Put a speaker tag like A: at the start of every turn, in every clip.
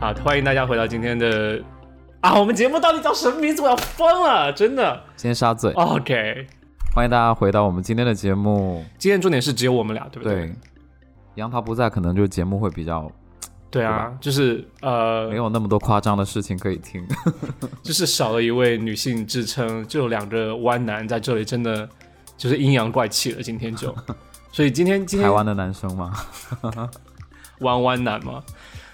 A: 好，欢迎大家回到今天的啊，我们节目到底叫什么名字？我要疯了，真的。
B: 先杀嘴，
A: 哦 OK，
B: 欢迎大家回到我们今天的节目。
A: 今天重点是只有我们俩，对不对？啊
B: 对，杨桃不在，可能就节目会比较
A: 对啊，就是呃
B: 没，有那么多夸张的事情可以听。
A: 就是少了一位女性支撑，就有两个弯男在这里，真的就是阴阳怪气了。今天 就，所以今天今天
B: 台湾的男生嘛，
A: 弯弯男嘛。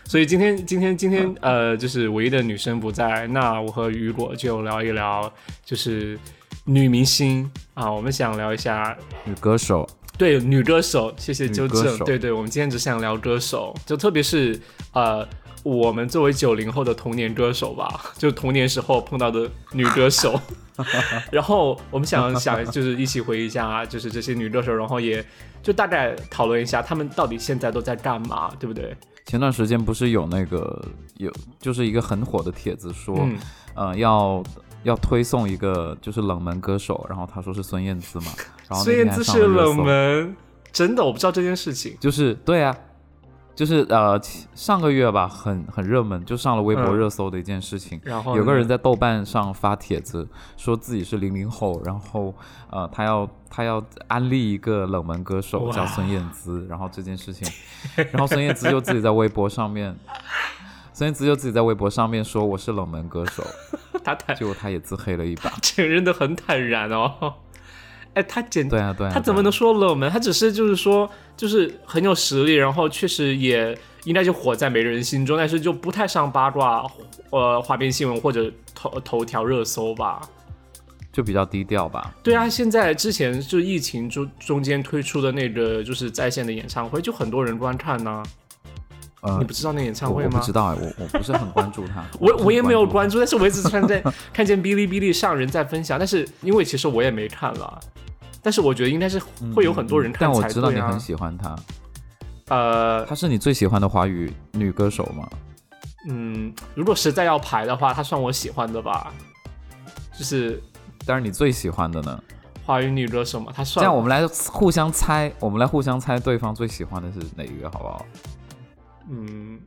A: 所以今天今天今天呃，就是唯一的女生不在，那我和雨果就聊一聊，就是女明星啊，我们想聊一下
B: 女歌手
A: 对女歌手，谢谢
B: 女
A: 纠
B: 歌
A: 正。
B: 手
A: 对对，我们今天只想聊歌手，就特别是呃，我们作为九零后的童年歌手吧， 就童年时候碰到的女歌 手。然后我们想想，就是一起回忆一下，就是这些女歌手，然后也就大概讨论一下她们到底现在都在干嘛，对不对？
B: 前段时间不是有那个有就是一个很火的帖子说，
A: 嗯，
B: 呃，要要推送一个就是冷门歌手，然后他说是孙燕姿 嘛，然后
A: 孙
B: 那天
A: 燕
B: 还
A: 姿
B: 上
A: 是
B: 了热
A: 冷
B: 搜，
A: 门，真的我不知道这件事情。
B: 就是对啊，就是呃其上个月吧，很很热门，就上了微博
A: 嗯
B: 热搜的一件事情。
A: 然后
B: 有个
A: 呢
B: 人在豆瓣上发帖子，说自己是零零后，然后呃，他要他要安利一个冷门歌手
A: 哇
B: 叫孙燕姿，然后这件事情， 然后孙燕姿就自己在微博上面，孙燕姿就自己在微博上面说我是冷门歌手，
A: 她坦
B: 结果他也自黑了一把。
A: 承认的很坦然哦。哎，她简
B: 对啊，对啊，
A: 他怎么能
B: 对啊
A: 说冷门？他只是就是说，就是很有实力，然后确实也应该就火在每个人心中，但是就不太上八卦，呃，花边新闻或者头头条热搜吧。
B: 就比较低调吧？
A: 对啊，现在之前就疫情中中间推出的那个就是在线的演唱会，就很多人观看呢、
B: 呃
A: 你不，知道那演唱
B: 我
A: 会
B: 我不
A: 吗，
B: 知？道哎，我我不是很关注他 嗯
A: 我我也没有
B: 关
A: 关注，但是我一直看见看见哔哩哔哩上人在分享，但是因为其实我也没看了，但是我觉得应该是
B: 注，
A: 会有很多人
B: 嗯嗯
A: 看
B: 但我
A: 才
B: 知道
A: 对
B: 你很
A: 啊。
B: 喜欢他，
A: 呃，
B: 她是你最喜欢的华语女歌手吗？
A: 嗯，如果实在要排的话，它算我喜欢的吧，就是
B: 但是你最喜欢的呢？
A: 华语女歌手嘛，它算
B: 这样我们来互相猜，我们来互相猜对方最喜欢的是哪一个，好不好？
A: 嗯，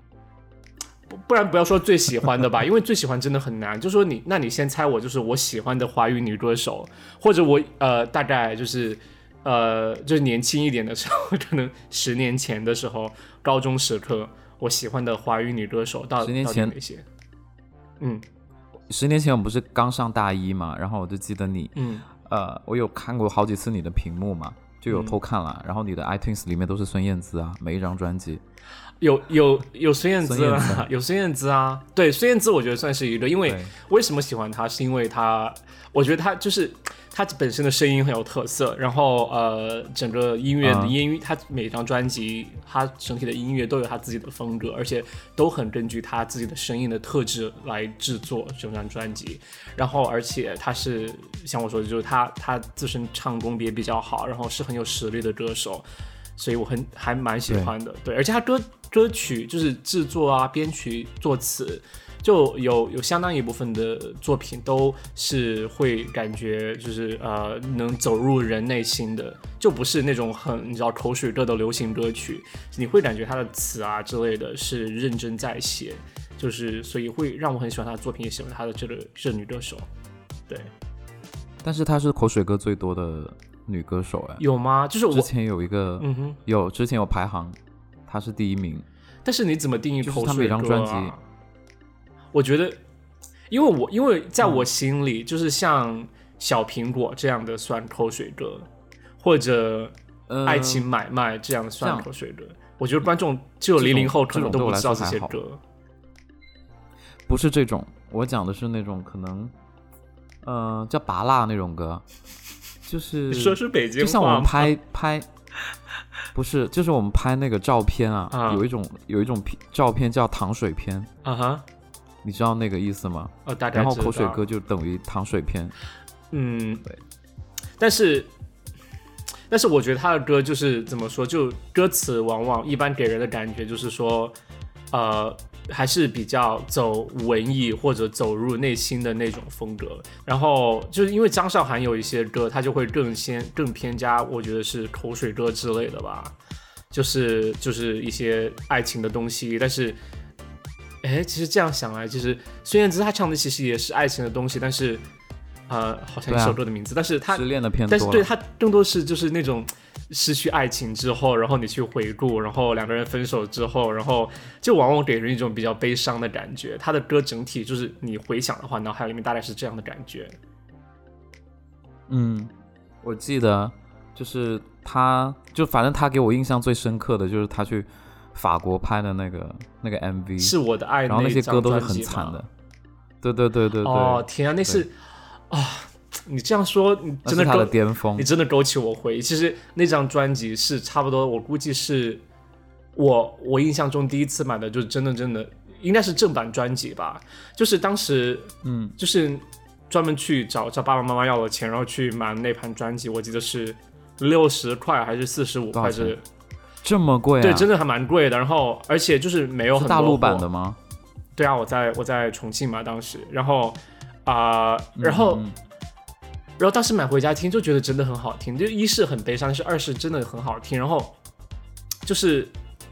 A: 不然不要说最喜欢的 吧，因为最喜欢真的很难。就说你，那你先猜我，就是我喜欢的华语女歌手，或者我呃，大概就是呃，就是年轻一点的时候， 可能十年前的时候，高中时刻，我喜欢的华语女歌手到
B: 10年
A: 到底
B: 前
A: 哪些？嗯
B: 十年前我们不是刚上大一嘛，然后我就记得你，
A: 嗯，
B: 呃，我有看过好几次你的屏幕嘛，就有偷看
A: 嗯
B: 了。然后你的 iTunes 里面都是孙燕姿啊，每一张专辑。
A: 有有有孙燕姿
B: 孙燕
A: 啊，有孙燕姿啊，对孙燕姿，我觉得算是一个，因为
B: 对
A: 为什么喜欢她，是因为她，我觉得她就是她本身的声音很有特色，然后呃，整个音乐的
B: 嗯
A: 音乐，她每张专辑她整体的音乐都有她自己的风格，而且都很根据她自己的声音的特质来制作整张专辑，然后而且她是像我说的，就是她她自身唱功也比较好，然后是很有实力的歌手，所以我很还蛮喜欢的。对，而且他歌歌曲就是制作啊、编曲、作词，就有有相当一部分的作品都是会感觉就是呃能走入人内心的，就不是那种很你知道口水歌的流行歌曲，你会感觉他的词啊之类的是认真在写，就是所以会让我很喜欢他的作品，也喜欢他的这个这女歌手。对，
B: 嗯但是她是口水歌最多的女歌手哎。
A: 有吗？就是
B: 之
A: 我，
B: 前有一个、
A: 嗯哼。
B: 有之前有排行，她是第一名。
A: 但是你怎么定义
B: 就是
A: 口
B: 他
A: 水
B: 每
A: 歌、啊？
B: 张专辑
A: 我觉得，因为我因为在
B: 嗯
A: 我心里，就是像小苹果这样的算口水歌，或者
B: 呃，
A: 爱情买卖这样的
B: 这
A: 算
B: 样
A: 口水歌。我觉得观众只有
B: 这种
A: 零零后可能
B: 这
A: 都
B: 种对我
A: 不
B: 来
A: 知道
B: 说
A: 这些
B: 还好
A: 歌。
B: 不是这种，我讲的是那种可能，呃，叫拔蜡那种歌，就是
A: 你说是北京
B: 就像我
A: 话
B: 们
A: 吗？
B: 拍拍，不是，就是我们拍那个照片啊，
A: 啊
B: 有一种有一种片照片叫糖水片，
A: 啊哈，
B: 你知道那个意思吗？
A: 呃，大概
B: 然后
A: 知道
B: 口水歌，就等于糖水片，
A: 嗯，
B: 对。
A: 但是，但是我觉得他的歌就是怎么说，就歌词往往一般给人的感觉就是说，呃，还是比较走文艺或者走入内心的那种风格。然后就是因为张韶涵有一些歌，她就会更先更偏加，我觉得是口水歌之类的吧，就是就是一些爱情的东西。但是，哎，哎，其实这样想来，其实孙燕姿她唱的其实也是爱情的东西，但是，呃，好像
B: 对啊
A: 一首歌的名字，但是她
B: 失恋的偏多
A: 但是
B: 了
A: 对他更多是就是那种失去爱情之后，然后你去回顾，然后两个人分手之后，然后就往往给人一种比较悲伤的感觉。他的歌整体就是你回想的话，脑海里面大概是这样的感觉。
B: 嗯，我记得就是他，就反正他给我印象最深刻的就是他去法国拍的那个那个 MV，
A: 是我的爱
B: 嗯然后那些
A: 张
B: 歌都是
A: 专
B: 很
A: 辑
B: 惨
A: 吗
B: 的。。对对对对对，
A: 哦天啊，那是啊、你这样说，你
B: 那
A: 真的
B: 是他的
A: 勾，
B: 巅峰
A: 你。真的勾起我回忆。其实那张专辑是差不多，我估计是我我印象中第一次买的，就是真的真的应该是正版专辑吧。就是当时
B: 嗯，
A: 就是专门去找找爸爸妈妈要了钱，然后去买那盘专辑，我记得是六十块还是四十五
B: 多少
A: 块
B: 钱
A: 之类的，
B: 这么贵啊？
A: 对，真的还蛮贵的。然后而且就是没有
B: 是
A: 很
B: 大
A: 多
B: 陆版
A: 货
B: 的吗？
A: 对啊，我在我在重庆嘛，当时，然后啊、然后、
B: 嗯
A: 然后当时买回家听，就觉得真的很好听，就一是很悲伤，但是二是真的很好听，然后就是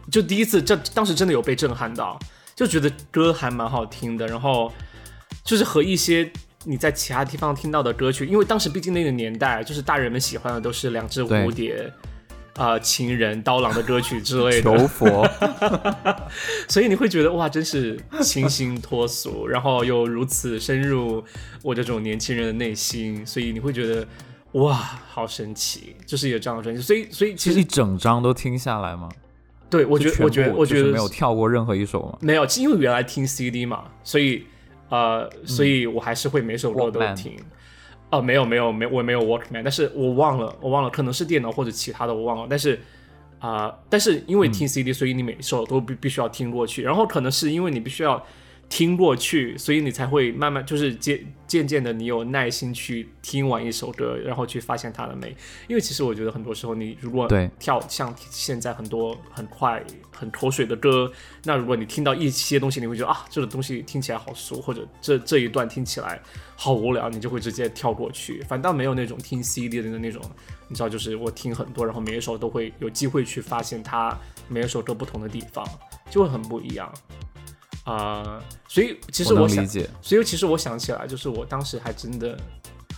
A: 就第一次这当时真的有被震撼到，就觉得歌还蛮好听的，然后就是和一些。你在其他地方听到的歌曲，因为当时毕竟那个年代，就是大人们喜欢的都是两只
B: 对
A: 蝴蝶、啊、情人、刀郎的歌曲之类的，
B: 求佛，
A: 所以你会觉得哇，真是清新脱俗，然后又如此深入我这种年轻人的内心，所以你会觉得哇，好神奇，就是有这样的专辑。所以，所以其
B: 是一
A: 实
B: 整张都听下来吗？
A: 对我觉
B: 是
A: 得，我
B: 全
A: 觉得，
B: 部
A: 我
B: 就
A: 觉
B: 是
A: 得
B: 没有跳过任何一首吗？
A: 没有，因为原来听 CD 嘛，所以呃，所以我还是会每首歌都
B: Walkman
A: 听。哦，没有没有没有我没有 Walkman，但是我忘了，我忘了，可能是电脑或者其他的，我忘了。但是啊、但是因为听 CD，、所以你每首都必必须要听过去，然后可能是因为你必须要听过去，所以你才会慢慢就是渐渐渐的，你有耐心去听完一首歌，然后去发现它的美。因为其实我觉得很多时候，你如果
B: 对
A: 跳像现在很多很快很口水的歌，那如果你听到一些东西，你会觉得啊，这个东西听起来好俗，或者这这一段听起来好无聊，你就会直接跳过去。反倒没有那种听 CD 的那种，你知道，就是我听很多，然后每一首都会有机会去发现它每一首歌不同的地方，就会很不一样。啊、所以其实
B: 我
A: 我
B: 能
A: 想
B: 理，解，
A: 所以其实我想起来，就是我当时还真的，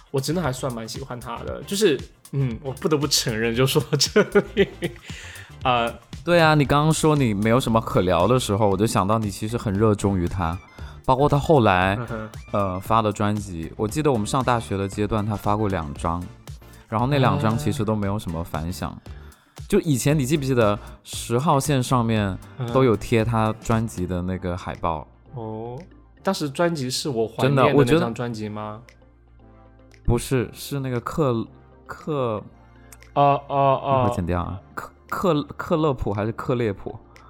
A: 我真的还算蛮喜欢他的，就是嗯，我不得不承认，就说到这里，啊、
B: 对啊，你刚刚说你没有什么可聊的时候，我就想到你其实很热衷于他，包括他后来
A: 嗯哼
B: 呃发的专辑，我记得我们上大学的阶段他发过两张，然后那两张其实都没有什么反响。就以前你记不记得十号线上面
A: 呃
B: 都有贴他专辑的那个海报？
A: 哦，当时专辑是我怀
B: 真
A: 念
B: 的我觉
A: 那
B: 得
A: 张专辑吗？
B: 不是，是那个克克，
A: 哦
B: 一会儿
A: 哦
B: 剪掉啊，克克克勒普还是克列普？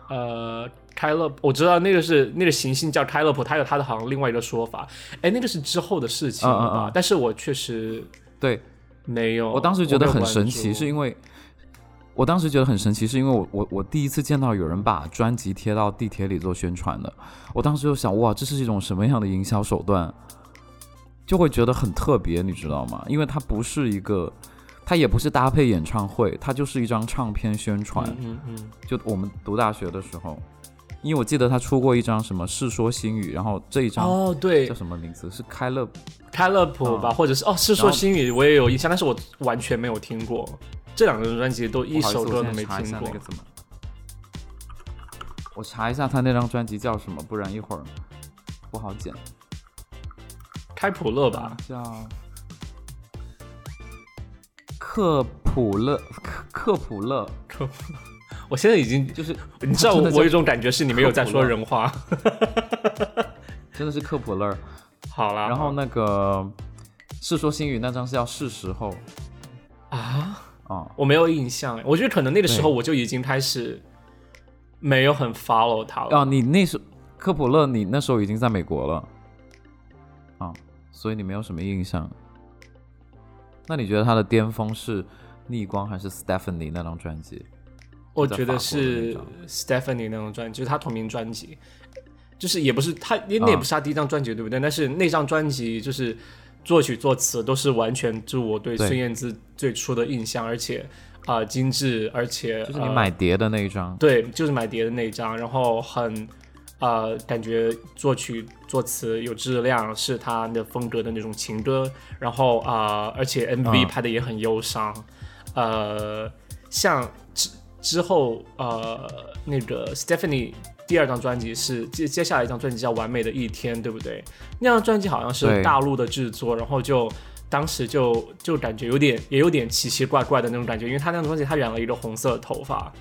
A: 哦，呃，开勒，我知道那个是那个行星叫开勒普，他有他的好像另外一个说法，哎，那个是之后的事情了吧？
B: 嗯嗯嗯
A: 但是我确实
B: 对，
A: 没有，
B: 我当时觉得很神奇，是
A: 为
B: 因为我当时觉得很神奇，是因为我我我第一次见到有人把专辑贴到地铁里做宣传的，我当时就想，哇，这是一种什么样的营销手段？就会觉得很特别，你知道吗？因为它不是一个，它也不是搭配演唱会，它就是一张唱片宣传。
A: 嗯嗯嗯，
B: 就我们读大学的时候，因为我记得他出过一张什么《世说新语》，然后这一张
A: 哦对
B: 叫，什么名字？是开乐
A: 开乐普
B: 嗯
A: 吧，或者是哦，《世说新语》我也有印象，但是我完全没有听过。这两张专辑都一
B: 不好意思
A: 首歌都
B: 我现在
A: 没
B: 查一
A: 听
B: 下
A: 过
B: 那个。怎么？我查一下他那张专辑叫什么，不然一会儿不好剪。啊
A: 开普勒吧，
B: 叫克普勒，克克普勒，
A: 我现在已经，
B: 就是
A: 你知道我
B: 嗯 真的叫
A: 我有一种感觉是你没有在说
B: 开普勒
A: 人话。
B: 真的是克普勒。
A: 好啦，
B: 然后那个《世说新语》那张是叫《是时候》
A: 啊，
B: 啊、
A: 我没有印象哎，我觉得可能那个时候我就已经开始没有很 follow 他了。
B: 啊，你那时科普勒，你那时候已经在美国了，啊，所以你没有什么印象。那你觉得他的巅峰是《逆光》还是《Stephanie》那张专辑？
A: 我觉得
B: 在
A: 是
B: 法国
A: Stephanie 那张专辑，就是他同名专辑，就是也不是他，那
B: 啊
A: 那也不是他第一张专辑，对不对？但是那张专辑就是作曲作词都是完全就我对
B: 对
A: 孙燕姿最初的印象，而且啊、呃精致，而且
B: 就是你
A: 呃
B: 买碟的那一张，
A: 对，就是买碟的那一张，然后很呃，感觉作曲作词有质量，是他的风格的那种情歌。然后啊、呃而且 MV
B: 嗯
A: 拍的也很忧伤，呃，像之之后呃那个 Stephanie。第二张专辑是接接下来一张专辑叫《完美的一天》，对不对？那张专辑好像是
B: 对
A: 大陆的制作，然后就当时就就感觉有点也有点奇奇怪怪的那种感觉，因为他那张专辑他染了一个红色的头发，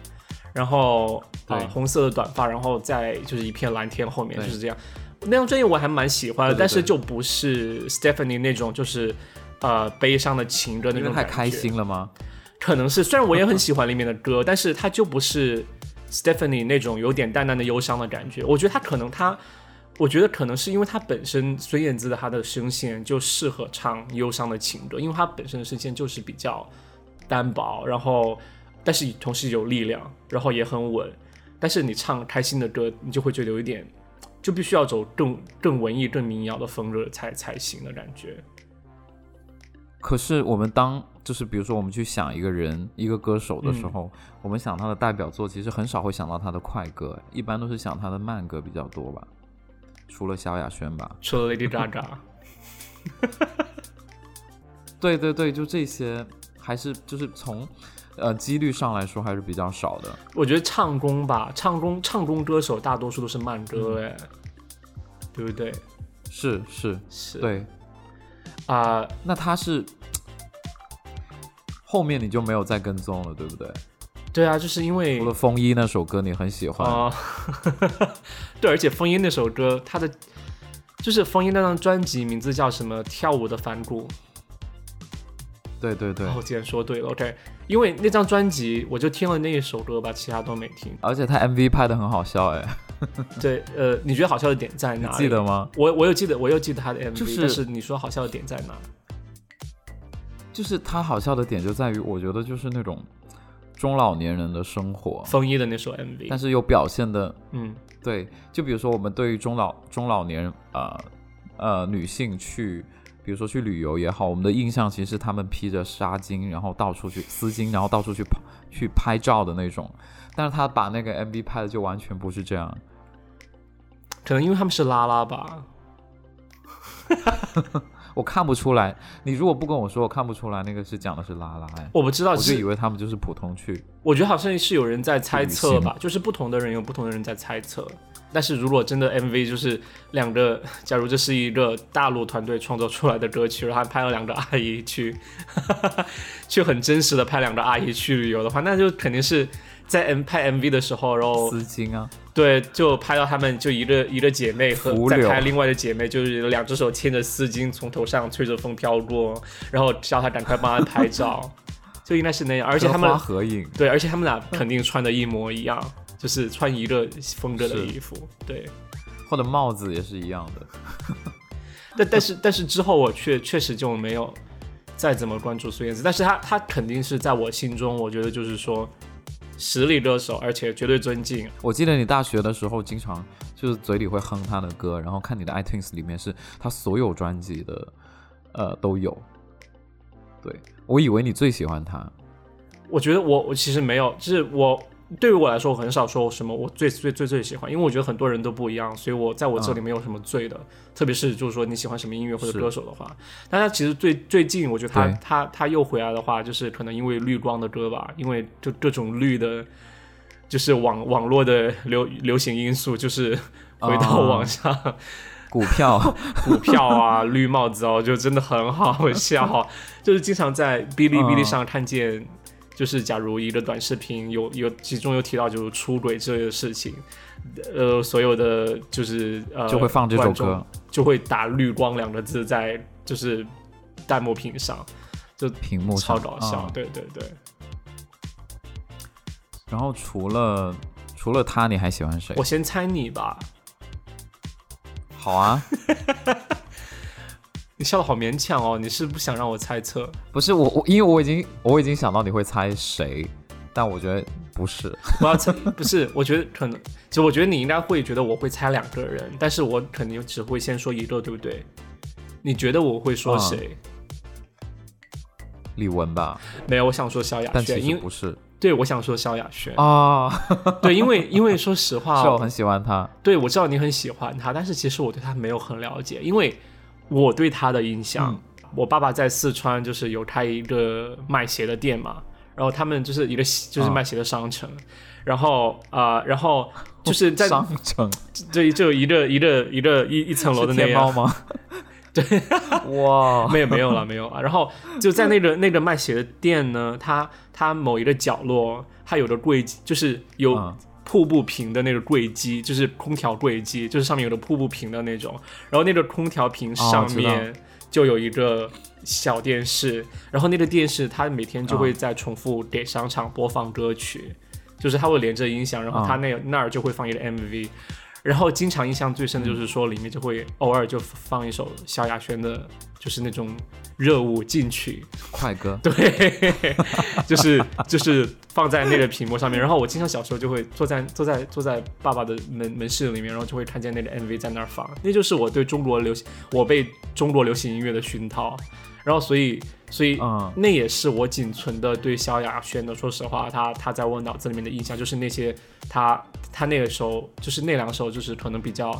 A: 然后啊、
B: 对
A: 红色的短发，然后在就是一片蓝天后面
B: 对
A: 就是这样。那张专辑我还蛮喜欢的，
B: 对对
A: 但是
B: 对
A: 就不是 Stephanie 那种就是呃悲伤的情歌那
B: 因为
A: 种
B: 太
A: 感觉。
B: 开心了吗？
A: 可能是虽然我也很喜欢里面的歌，但是它就不是 Stephanie 那种有点淡淡的忧伤的感觉。我觉得他可能他，我觉得可能是因为他本身孙燕姿的她的声线就适合唱忧伤的情歌，因为她本身的声线就是比较单薄，然后但是同时有力量，然后也很稳。但是你唱开心的歌，你就会觉得有一点，就必须要走更更文艺、更民谣的风格才才行的感觉。
B: 可是我们当就是比如说我们去想一个人一个歌手的时
A: 嗯
B: 候，我们想他的代表作，其实很少会想到他的快歌，一般都是想他的慢歌比较多吧。除了萧亚轩吧，
A: 除了 Lady Gaga，
B: 对对对，就这些，还是就是从呃几率上来说还是比较少的。
A: 我觉得唱功吧，唱功唱功歌手大多数都是慢
B: 嗯
A: 歌，哎、对不对？
B: 是是，
A: 是
B: 对。
A: 啊、
B: 那他是后面你就没有再跟踪了，对不对？
A: 对啊，就是因为
B: 除了《风衣》那首歌你很喜欢，
A: 啊， 对，而且风音那首歌，它的就是风音那张专辑名字叫什么？跳舞的反骨。
B: 对对对。
A: 哦，我竟然说对了，OK，因为那张专辑我就听了那一首歌吧，其他都没听。
B: 而且他 MV 拍的很好笑，哎，
A: 对，呃，你觉得好笑的点在
B: 你
A: 哪里？
B: 记得吗？
A: 我我有记得，我有记得他的 MV，、
B: 就是
A: 但是你说好笑的点在哪？
B: 就是他好笑的点就在于，我觉得就是那种中老年人的生活，
A: 风衣的那首
B: 但
A: MV，
B: 是又表现的
A: 嗯
B: 对，就比如说我们对于中老中老年呃呃女性去，比如说去旅游也好，我们的印象其实是她们披着纱巾，然后到处去丝巾，然后到处去拍去拍照的那种。但是他把那个 MV 拍的就完全不是这样，
A: 可能因为他们是拉拉吧，
B: 我看不出来。你如果不跟我说，我看不出来那个是讲的是拉拉、哎，
A: 我不知道，
B: 我
A: 其
B: 就以
A: 实
B: 为他们就是普通去。
A: 我觉得好像是有人在猜测
B: 旅
A: 吧，就是不同的人有不同的人在猜测。但是如果真的 MV 就是两个， 假如这是一个大陆团队创作出来的歌曲，然后还派了两个阿姨去， 去很真实的派两个阿姨去旅游的话，那就肯定是在 M 拍 MV 的时候，然后
B: 丝巾啊，
A: 对，就拍到她们就一个一个姐妹和
B: 浮
A: 再
B: 柳
A: 拍另外的姐妹，就是两只手牵着丝巾从头上吹着风飘过，然后叫她赶快帮她拍 照，就应该是那样。而且
B: 跟
A: 她们
B: 花合影，
A: 对，而且她们俩肯定穿的一模一样，就是穿一个风格的
B: 是
A: 衣服。对，
B: 或者帽子也是一样的。
A: 但但是但是之后我确确实就没有再怎么关注孙燕姿，但是她她肯定是在我心中，我觉得就是说实力歌手，而且绝对尊敬，
B: 我记得你大学的时候，经常就是嘴里会哼他的歌，然后看你的 iTunes 里面是他所有专辑的，呃，都有。对，我以为你最喜欢他，
A: 我觉得我我其实没有，就是我对于我来说，我很少说什么我最最最最喜欢，因为我觉得很多人都不一样，所以我在我这里没有什么最
B: 嗯
A: 的。特别是就是说你喜欢什么音乐或者
B: 是
A: 歌手的话，但他其实最最近，我觉得他
B: 对
A: 他他又回来的话，就是可能因为绿光的歌吧，因为就各种绿的，就是网网络的流流行因素，就是回到
B: 啊
A: 网上。
B: 股 票
A: 股票啊、绿帽子哦，就真的很好 笑，就是经常在哔
B: 嗯
A: 哩哔哩上看见，就是假如一个短视频有有其中有提到就是出轨之类的事情，呃，所有的就是呃
B: 就会放这首
A: 观众
B: 歌，
A: 就会打“绿光”两个字在就是弹幕屏上，
B: 屏幕
A: 超
B: 上
A: 搞笑，
B: 嗯
A: 对对对。
B: 然后除了除了他，你还喜欢谁
A: 我？先猜你吧，
B: 好 啊，
A: 你笑的好勉强哦，你是不想让我猜测？
B: 不是我我，因为我已经我已经想到你会猜谁，但我觉得不是。
A: 我要猜，不是，我觉得可能，就我觉得你应该会觉得我会猜两个人，但是我肯定只会先说一个，对不对？你觉得我会说
B: 啊
A: 谁？
B: 李玟吧，
A: 没有，我想说萧亚
B: 但其
A: 轩，
B: 实
A: 因为哦
B: 不是，
A: 对，我想说萧亚轩，
B: 啊，
A: 对，因为因为说实
B: 是哦
A: 话
B: 我，很喜欢他。
A: 对我知道你很喜欢他，但是其实我对他没有很了解，因为我对他的印象，
B: 嗯
A: 我爸爸在四川就是有开一个卖鞋的店嘛，然后他们就是一个就是
B: 啊
A: 卖鞋的商城，然后啊、呃然后就是在
B: 商城
A: 这就有一个一个一个一一层楼的
B: 是
A: 那
B: 天猫
A: 样，
B: 吗？对，哇，
A: 没有没有了没有了。然后就在那个那个卖鞋的店呢，它它某一个角落，它有个柜，就是有
B: 嗯
A: 瀑布屏的那个柜机，就是空调柜机，就是上面有个瀑布屏的那种。然后那个空调
B: 哦
A: 屏上面就有一个小电视，然后那个电视它每天就会在重复给商场播放歌曲，就是它会连着音响，然后它那、那儿就会放一个 MV。然后经常印象最深的就是说，里面就会偶尔就放一首萧亚轩的，就是那种热舞进曲，
B: 快歌
A: 对， 就是就是放在那个屏幕上面。然后我经常小时候就会坐在坐在坐在爸爸的门门室里面，然后就会看见那个 MV 在那儿放，那就是我对中国流行，我被中国流行音乐的熏陶。然后所以所以
B: 嗯
A: 那也是我仅存的对萧亚轩的，说实话，他他在我脑子里面的印象就是那些他他那个时候就是那两首就是可能比较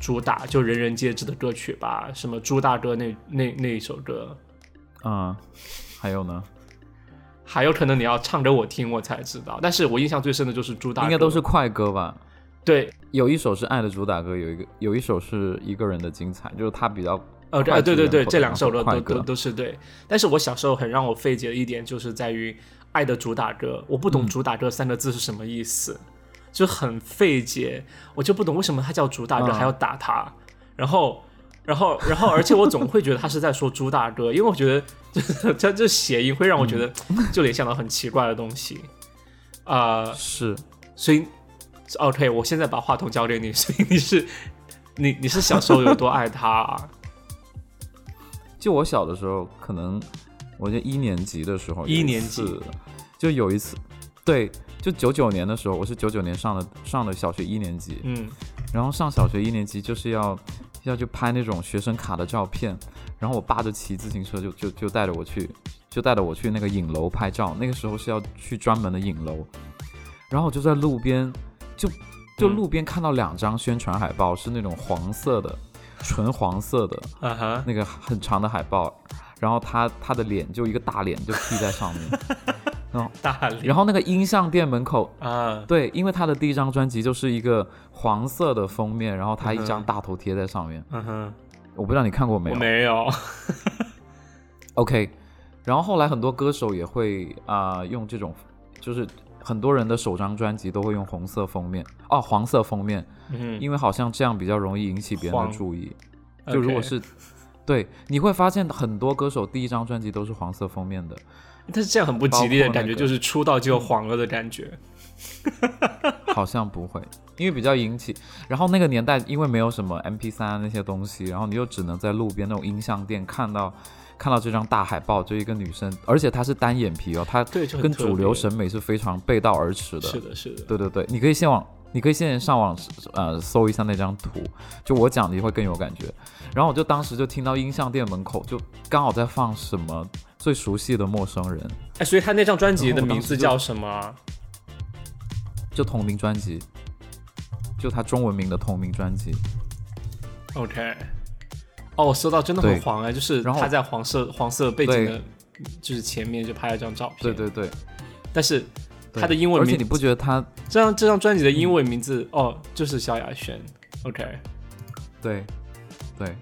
A: 主打就人人皆知的歌曲吧，什么朱大哥那那那一首歌，
B: 啊、嗯，还有呢，
A: 还有可能你要唱给我听，我才知道。但是我印象最深的就是朱大哥，
B: 应该都是快歌吧？
A: 对，
B: 有一首是《爱的主打歌》，有一个有一首是一个人的精彩，就是他比较
A: 呃，
B: 快
A: 呃对对对，
B: 歌
A: 这两首歌
B: 快
A: 都
B: 歌
A: 都都是对。但是我小时候很让我费解的一点就是在于“爱的主打歌”，我不懂“主打歌”三个字是什么意思，就很费解，我就不懂为什么它叫主打歌
B: 嗯
A: 还要打它，然后。然后，然后，而且我总会觉得他是在说朱大哥，因为我觉得这这这谐音会让我觉得
B: 嗯
A: 就联想到很奇怪的东西，啊、
B: 是
A: 所以，OK，我现在把话筒交给你，所以你是你你是小时候有多爱他、啊？
B: 就我小的时候，可能我就一年级的时候，
A: 一
B: 有
A: 年
B: 次
A: 级
B: 就有一次，对，就九九年的时候，我是九九年上的上的小学一年级，
A: 嗯，
B: 然后上小学一年级就是要要去拍那种学生卡的照片，然后我爸就骑自行车就就就带着我去，就带着我去那个影楼拍照，那个时候是要去专门的影楼，然后我就在路边就就
A: 嗯
B: 路边看到两张宣传海报，是那种黄色的，纯黄色的，
A: 啊哈，
B: 那个很长的海报，然后他他的脸就一个大脸就披在上面，
A: 大理
B: 然后那个音像店门口，
A: 啊，
B: 对，因为他的第一张专辑就是一个黄色的封面，然后他一
A: 嗯
B: 张
A: 哼
B: 大头贴在上面，
A: 嗯哼，
B: 我不知道你看过没
A: 我
B: 有
A: 没 有，
B: ？OK，然后后来很多歌手也会啊、用这种，就是很多人的首张专辑都会用红色封面哦，黄色封面，
A: 嗯，
B: 因为好像这样比较容易引起别人
A: 黄
B: 的注意。就如果
A: OK，
B: 是对，你会发现很多歌手第一张专辑都是黄色封面的。
A: 但是这样很不吉利的
B: 包括
A: 感觉，
B: 那个
A: 就是出道就黄了的感觉。
B: 好像不会，因为比较引起。然后那个年代，因为没有什么 MP 3那些东西，然后你就只能在路边那种音像店看到看到这张大海报，就一个女生，而且她是单眼皮哦，她
A: 对就很
B: 跟
A: 特别
B: 主流审美是非常背道而驰的。
A: 是的，是的，
B: 对对对，你可以先往，你可以先上网呃搜一下那张图，就我讲的会更有感觉。然后我就当时就听到音像店门口就刚好在放什么最熟悉的陌生人，
A: 哎，所以他那张专辑的
B: 然后我当
A: 名字
B: 时就
A: 叫什么啊？
B: 就同名专辑，就她中文名的同名专辑。
A: OK，哦，我搜到真的很
B: 对
A: 黄哎，就是
B: 然后
A: 他在黄色黄色背景
B: 对
A: 的，就是前面就拍了张照片。
B: 对，对对。
A: 但是
B: 对
A: 他的英文
B: 而且
A: 名
B: 你不觉得他
A: 这张这张专辑的
B: 嗯
A: 英文名字、哦，就是萧亚轩。OK，
B: 对对？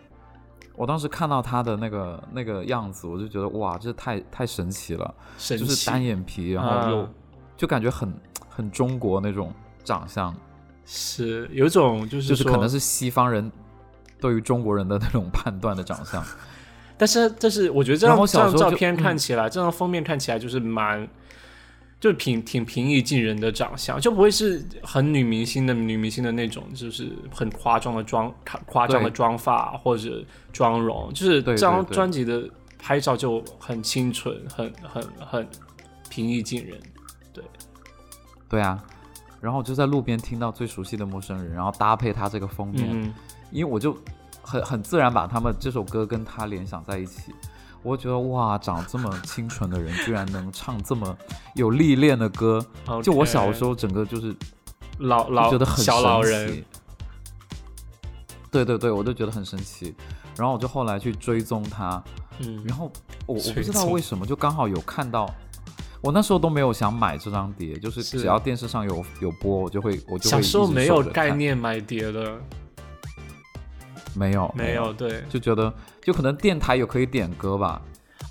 B: 我当时看到他的那个那个样子，我就觉得哇，这太太神奇了，
A: 神奇。
B: 就是单眼皮，然后又、
A: 啊
B: 就感觉很很中国那种长相，
A: 是有一种就是
B: 就是可
A: 说
B: 能，是西方人对于中国人的那种判断的长相。
A: 但是但是我觉得这
B: 然后
A: 张这
B: 我小时
A: 张照
B: 候就
A: 片
B: 嗯
A: 看起来，这张封面看起来就是蛮。就挺挺平易近人的长相，就不会是很女明星的女明星的那种，就是很夸张的妆、夸夸张的
B: 对
A: 妆发或者妆容，就是
B: 对
A: 这
B: 对
A: 张
B: 对
A: 专辑的拍照就很清纯，很很很平易近人。
B: 对啊，然后我就在路边听到最熟悉的陌生人，然后搭配他这个封面，
A: 嗯，
B: 因为我就很很自然把他们这首歌跟他联想在一起。我觉得哇，长这么清纯的人，居然能唱这么有历练的歌。就我小时
A: 候
B: 候，整个就是
A: 老
B: 就
A: 老
B: 觉得很
A: 小老
B: 神
A: 人
B: 奇，对对对，我就觉得很神奇。然后我就后来去追踪他，
A: 嗯，
B: 然后我我不
A: 追
B: 知道
A: 踪
B: 为什么，就刚好有看到，我那时候都没有想买这张碟，就是
A: 是
B: 只要电视上有有播，我就会我就
A: 小
B: 会
A: 时候
B: 一直
A: 没有
B: 守着看
A: 概，念买碟的，
B: 没有
A: 没有对，
B: 就觉得就可能电台有可以点歌吧。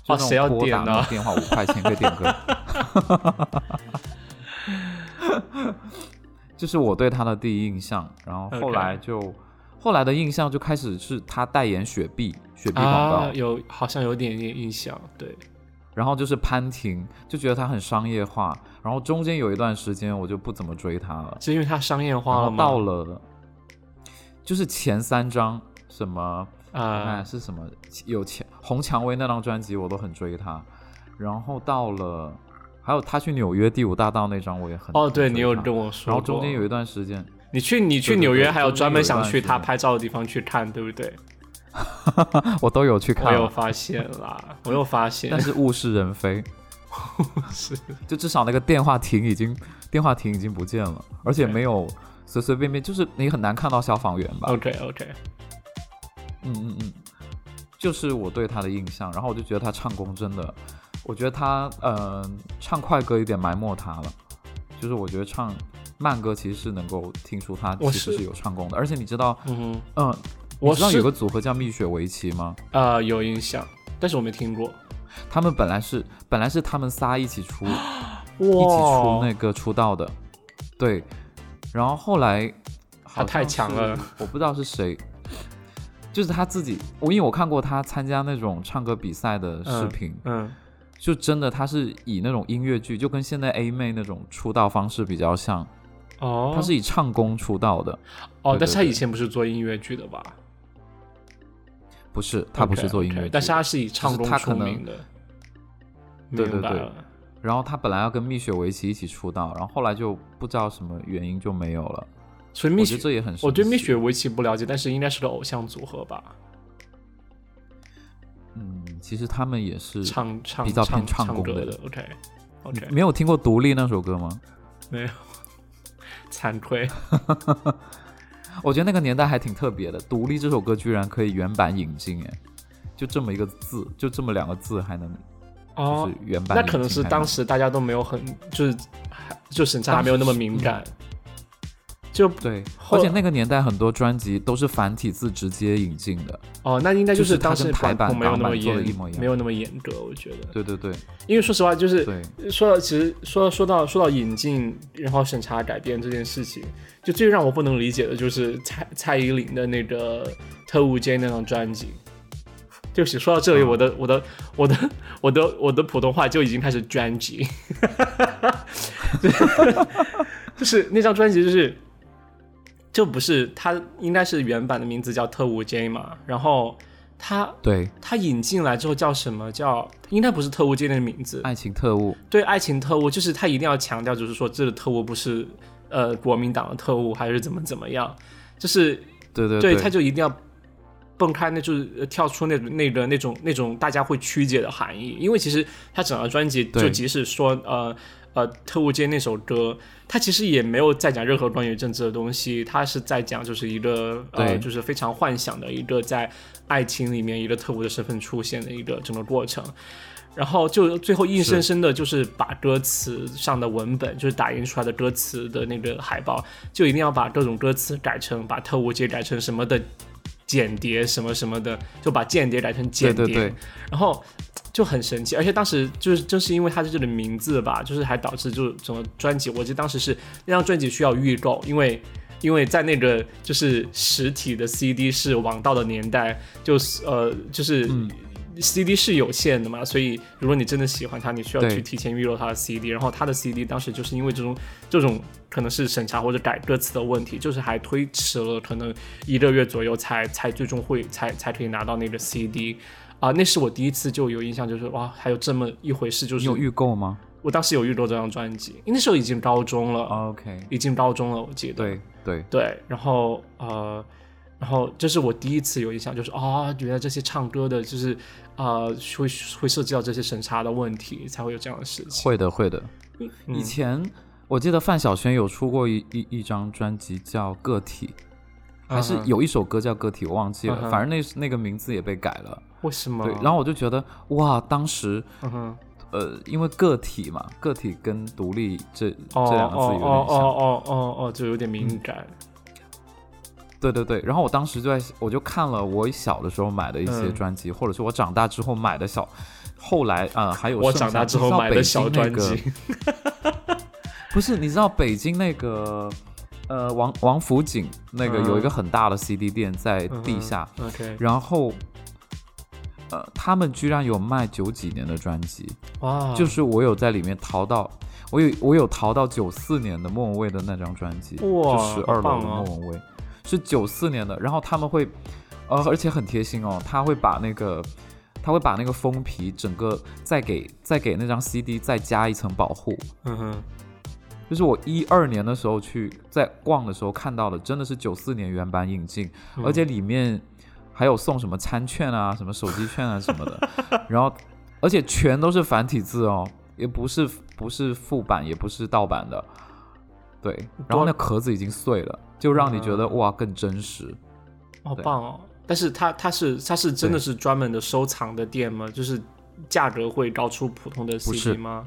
B: 就
A: 哇
B: 那种
A: 啊谁要
B: 拨
A: 点
B: 打
A: 呢
B: 那种电话五块钱可以点歌， 这是我对他的第一印象。然后后
A: OK
B: 来就后来的印象就开始是他代言雪碧，雪碧广告，
A: 啊，有好像有点点印象，对，
B: 然后就是潘婷，就觉得他很商业化。然后中间有一段时间我就不怎么追他了。
A: 是因为它商业
B: 然
A: 化了
B: 后到
A: 吗？
B: 了，就是前三张什么，哎、
A: 啊，
B: 是什么？有蔷红蔷薇那张专辑我都很追他。然后到了，还有他去纽约第五大道那张我也很
A: 哦，对
B: 很追
A: 你有
B: 他
A: 跟我说过，
B: 然后中间有一段时间，
A: 你去你去
B: 对对
A: 纽约
B: 对
A: 还有
B: 中间
A: 专门
B: 有一
A: 想
B: 段
A: 去
B: 时
A: 他
B: 间
A: 拍照的地方去看，对不对？
B: 我都有去
A: 我
B: 看
A: 有
B: 了，
A: 发现 啦，我有发现
B: 但，是物是人非。
A: 是
B: 就至少那个电话亭已经电话亭已经不见了，而且
A: 对
B: 没有随随便便，就是你很难看到消防员吧？
A: OK OK，
B: 嗯嗯嗯，就是我对他的印象。然后我就觉得他唱功真的，我觉得他呃唱快歌有点埋没他了，就是我觉得唱慢歌其实是能够听出他其
A: 我
B: 实
A: 是
B: 是有唱功的。而且你知道，
A: 嗯哼，
B: 嗯、
A: 我
B: 你知道
A: 是
B: 有个组合叫蜜雪维奇吗？
A: 呃有印象，但是我没听过，
B: 他们本来是本来是他们仨一起出。
A: 哇，
B: 一起出那个出道的，对，然后后来
A: 他太强了，
B: 我不知道是谁，就是他自己，我因为我看过他参加那种唱歌比赛的视频，
A: 嗯
B: 就真的他是以那种音乐剧，就跟现在 A 妹那种出道方式比较像，
A: 哦，
B: 他是以唱功出道的，
A: 哦，
B: 对
A: 但是
B: 对
A: 他
B: 对
A: 以前不是做音乐剧的吧？
B: 不是他不是做音
A: OK，OK，
B: 乐剧，
A: 但是他是以唱
B: 就
A: 功
B: 是他
A: 出
B: 可能
A: 名的。
B: 对对
A: 明白
B: 对
A: 了
B: 然后他本来要跟蜜雪维奇一起出道，然后后来就不知道什么原因就没有了，
A: 所以蜜
B: 我觉
A: 雪
B: 得，这也很神奇，
A: 我对蜜雪维奇不了解，但是应该是个偶像组合吧，
B: 嗯，其实他们也是
A: 唱唱
B: 比较
A: 唱
B: 偏唱功
A: 歌
B: 的嗯
A: 的。OK OK，
B: 没有听过《独立》那首歌吗？
A: 没有， 惭 愧。
B: 我觉得那个年代还挺特别的，《独立》这首歌居然可以原版引进，哎，就这么一个字，就这么两个字还能就
A: 哦
B: 是，原版引进还能、
A: 那可能是当时大家都没有很，就是就审查还没有那么敏感，
B: 嗯
A: 就
B: 对，
A: 后
B: 而且那个年代很多专辑都是繁体字直接引进的，
A: 哦，那应该
B: 就是
A: 是
B: 它
A: 当时
B: 跟排
A: 管控
B: 版
A: 没有
B: 挡
A: 那么
B: 板做得
A: 严
B: 一模一，样
A: 没有那么严格，我觉得。
B: 对对对
A: 因为说实话，就是
B: 对，
A: 说到其实说说到说到引进，然后审查改编这件事情，就最让我不能理解的就是蔡蔡依林的那个《特务街》那张专辑。对不起，说到这里，
B: 嗯
A: 我的我的我的我的我的普通话就已经开始专辑， 就是那张专辑就是。就不是它应该是原版的名字叫《特务街》嘛，然后它
B: 对，
A: 它引进来之后叫什么叫？应该不是《特务街》那个名字，
B: 爱情特务，
A: 对爱情特务，就是他一定要强调，就是说这个特务不是呃国民党的特务，还是怎么怎么样，就是
B: 对对
A: 对
B: 对，
A: 他就一定要蹦开那，就是呃跳出那那个那种那种大家会曲解的含义，因为其实他整张专辑
B: 对
A: 就即使说呃呃特务街那首歌，他其实也没有在讲任何关于政治的东西，他是在讲就是一个呃
B: 对
A: 就是非常幻想的一个在爱情里面一个特务的身份出现的一个整个过程。然后就最后硬生生的就是把歌词上的文本，就是打印出来的歌词的那个海报，就一定要把各种歌词改成把特务街改成什么的间谍什么什么的，就把间谍改成间
B: 对
A: 谍，
B: 对对，
A: 然后就很神奇。而且当时就是正是因为它这个名字吧，就是还导致就是整个专辑，我记得当时是那张专辑需要预购，因为。因为在那个就是实体的 CD 是王道的年代，就是呃就是
B: 嗯
A: CD 是有限的嘛，所以如果你真的喜欢它，你需要
B: 对
A: 去提前预热它的 CD。然后它的 CD 当时就是因为这种这种可能是审查或者改歌词的问题，就是还推迟了可能一个月左右才才最终会才才可以拿到那个 CD。啊、那是我第一次就有印象，就是哇，还有这么一回事，就
B: 你
A: 是
B: 有预购吗
A: 我当时有预购这张专辑，因为那时候已
B: 啊
A: 经高中了，
B: ？OK，
A: 已经高中了，我记得。
B: 对对，
A: 对，然后呃，然后这是我第一次有印象，就是啊，原来这些唱歌的，就是啊、呃会会涉及到这些审查的问题，才会有这样的事情。嗯
B: 会的，会的。以前我记得范晓萱有出过一一一张专辑叫《个体》，还是
A: 嗯哼
B: 有一首歌叫《个体》，我忘记了
A: 嗯哼
B: 反正那那个名字也被改了。
A: 为什么？
B: 对，然后我就觉得哇，当时
A: 嗯哼，
B: 呃，因为个体嘛，个体跟独立这、
A: 哦
B: 这两个字有
A: 哦
B: 点像。
A: 哦哦哦哦哦，就有点敏感。
B: 对对对，然后我当时就在，我就看了我小的时候买的一些
A: 嗯
B: 专辑，或者是我长大之后买的小，后来呃还有
A: 我
B: 剩
A: 长
B: 下
A: 大之后买的小专，
B: 你知道北京
A: 辑，
B: 那个不是你知道北京那个呃王王府井那个
A: 嗯
B: 有一个很大的 CD 店在
A: 嗯哼
B: 地下，
A: OK，
B: 然后呃他们居然有卖九几年的专辑，
A: 哇，
B: 就是我有在里面淘到，我有我有淘到九四年的莫文蔚的那张专辑，
A: 哇
B: 就十二
A: 好棒
B: 楼的
A: 哦
B: 莫文蔚，是九四年的。然后他们会，呃，而且很贴心哦，他会把那个他会把那个封皮整个再给再给那张 CD 再加一层保护。
A: 嗯
B: 哦
A: 哼，
B: 就是我一二年的时候去在逛的时候看到的，真的是九四年原版引进，
A: 嗯
B: 而且里面还有送什么餐券啊、什么手机券啊什么 的，然后而且全都是繁体字哦，也不是不是副版，也不是盗版的，对。然后那壳子已经碎了，就让你觉得、哇更真实。
A: 好
B: 对
A: 棒哦！但是它它是它是真的
B: 对
A: 是专门的收藏的店吗？就是价格会高出普通的
B: 不
A: CD
B: 是
A: 吗？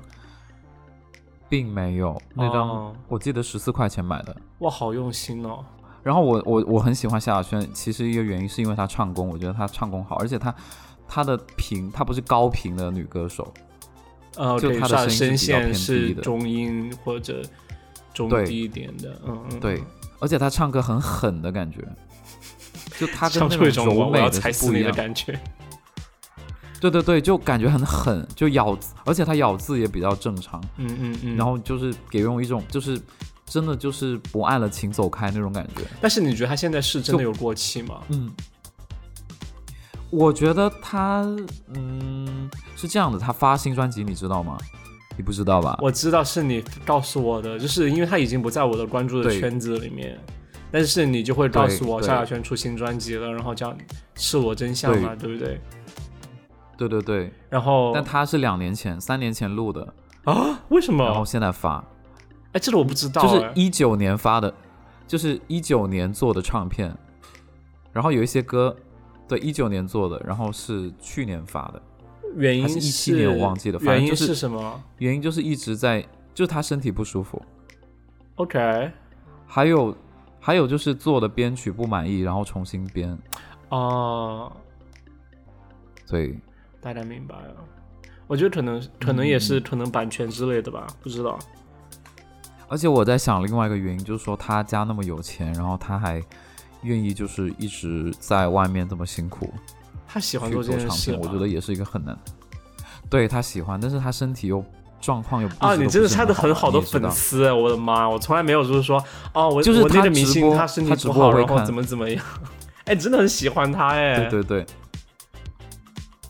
B: 并没有那张，
A: 哦
B: 我记得十四块钱买的。
A: 哇，好用心哦！
B: 然后我我我很喜欢萧亚轩，其实一个原因是因为她唱功，我觉得她唱功好，而且她她的频，她不是高频的女歌手，
A: 呃，
B: 就
A: 对，
B: 它的
A: 算
B: 声音
A: 声线
B: 是比较偏
A: 是
B: 低的
A: 中音或者中
B: 对
A: 低一点的，嗯嗯，
B: 对，而且她唱歌很狠的感觉，就她跟
A: 唱出
B: 那
A: 一
B: 种
A: 我
B: 柔
A: 我
B: 美
A: 要
B: 的
A: 踩
B: 是
A: 死
B: 不一
A: 你的
B: 样，
A: 感觉。
B: 对对对，就感觉很狠，就咬字，而且她咬字也比较正常，
A: 嗯嗯嗯。
B: 然，后就是给人一种就是真的就是不爱了请走开那种感觉，
A: 但是你觉得他现在是真的有过气吗？
B: 嗯，我觉得他，嗯，是这样的，他发新专辑，你知道吗？你不知道吧？
A: 我知道是你告诉我的，就是因为他已经不在我的关注的
B: 对
A: 圈子里面，但是你就会告诉我
B: 对对
A: 萧亚轩出新专辑了，然后这样赤裸真相嘛，对不对？
B: 对对对，
A: 然后
B: 但他是两年前、三年前录的，
A: 啊，为什
B: 然后
A: 么？
B: 现在发，
A: 哎，这个我不知道、
B: 就
A: 哎
B: 是一九年发的，就是一九年做的唱片，然后有一些歌，对，一九年做的，然后是去年发的，
A: 原因
B: 还是
A: 是
B: 17年我忘记了反正
A: 原因
B: 就是
A: 是什么
B: 原因就是一直在，就是他身体不舒服，
A: ？OK，
B: 还有还有就是做的编曲不满意，然后重新编，
A: 哦、
B: 对，
A: 大概明白了。我觉得可能可能也是
B: 嗯
A: 可能版权之类的吧，不知道。
B: 而且我在想另外一个原因，就是说他家那么有钱，然后他还愿意就是一直在外面这么辛苦
A: 他喜欢
B: 去
A: 做
B: 做
A: 这件
B: 唱
A: 事
B: 片，
A: 吧，
B: 我觉得也是一个很难。对他喜欢，但是他身体又状况又
A: 啊，你真的
B: 是
A: 是他的很好
B: 好
A: 的
B: 你也知道
A: 粉丝，哎我的妈！我从来没有就是说，哦，我
B: 就是
A: 我那
B: 他
A: 个明
B: 直
A: 星
B: 播
A: 他身体
B: 他直
A: 不
B: 播
A: 好，
B: 我也
A: 然后
B: 看
A: 怎么怎么样，哎，真的很喜欢他哎，
B: 对对对，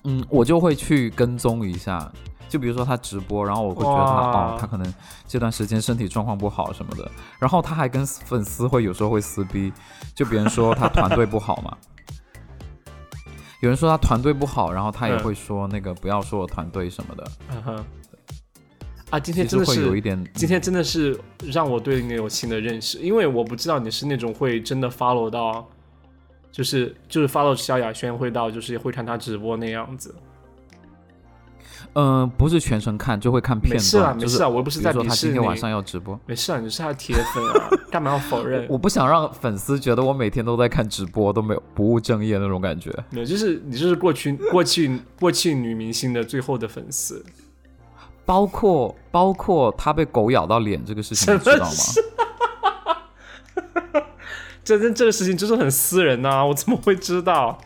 B: 嗯，我就会去跟踪一下，就比如说他直播，然后我会觉得他
A: 哇
B: 哦，他可能这段时间身体状况不好什么的，然后他还跟粉丝会有时候会撕逼，就别人说他团队不好嘛。 有人说他团队不好，然后他也
A: 嗯
B: 会说那个不要说我团队什么的，
A: 嗯哼，啊，今
B: 其
A: 天
B: 实
A: 真的
B: 会有
A: 是
B: 一点
A: 今天真的是让我对你有新的认识，因为我不知道你是那种会真的 follow 到，就是就是 follow 萧亚轩会到就是会看他直播那样子。
B: 嗯、呃不是全程看，就会看片
A: 没事啊
B: 段，，
A: 没
B: 就
A: 事
B: 是
A: 啊，我又不是
B: 比如
A: 在
B: 说
A: 鄙
B: 他
A: 视
B: 今
A: 你
B: 天。晚上要直播，
A: 没事啊，你是他的铁粉啊，干嘛要否认？
B: 我不想让粉丝觉得我每天都在看直播，都没有不务正业那种感觉。
A: 没有，就是你就是过去过去过去女明星的最后的粉丝，
B: 包括包括他被狗咬到脸这个事情，你知道吗？
A: 这这这个事情就是很私人呐、啊我怎么会知道？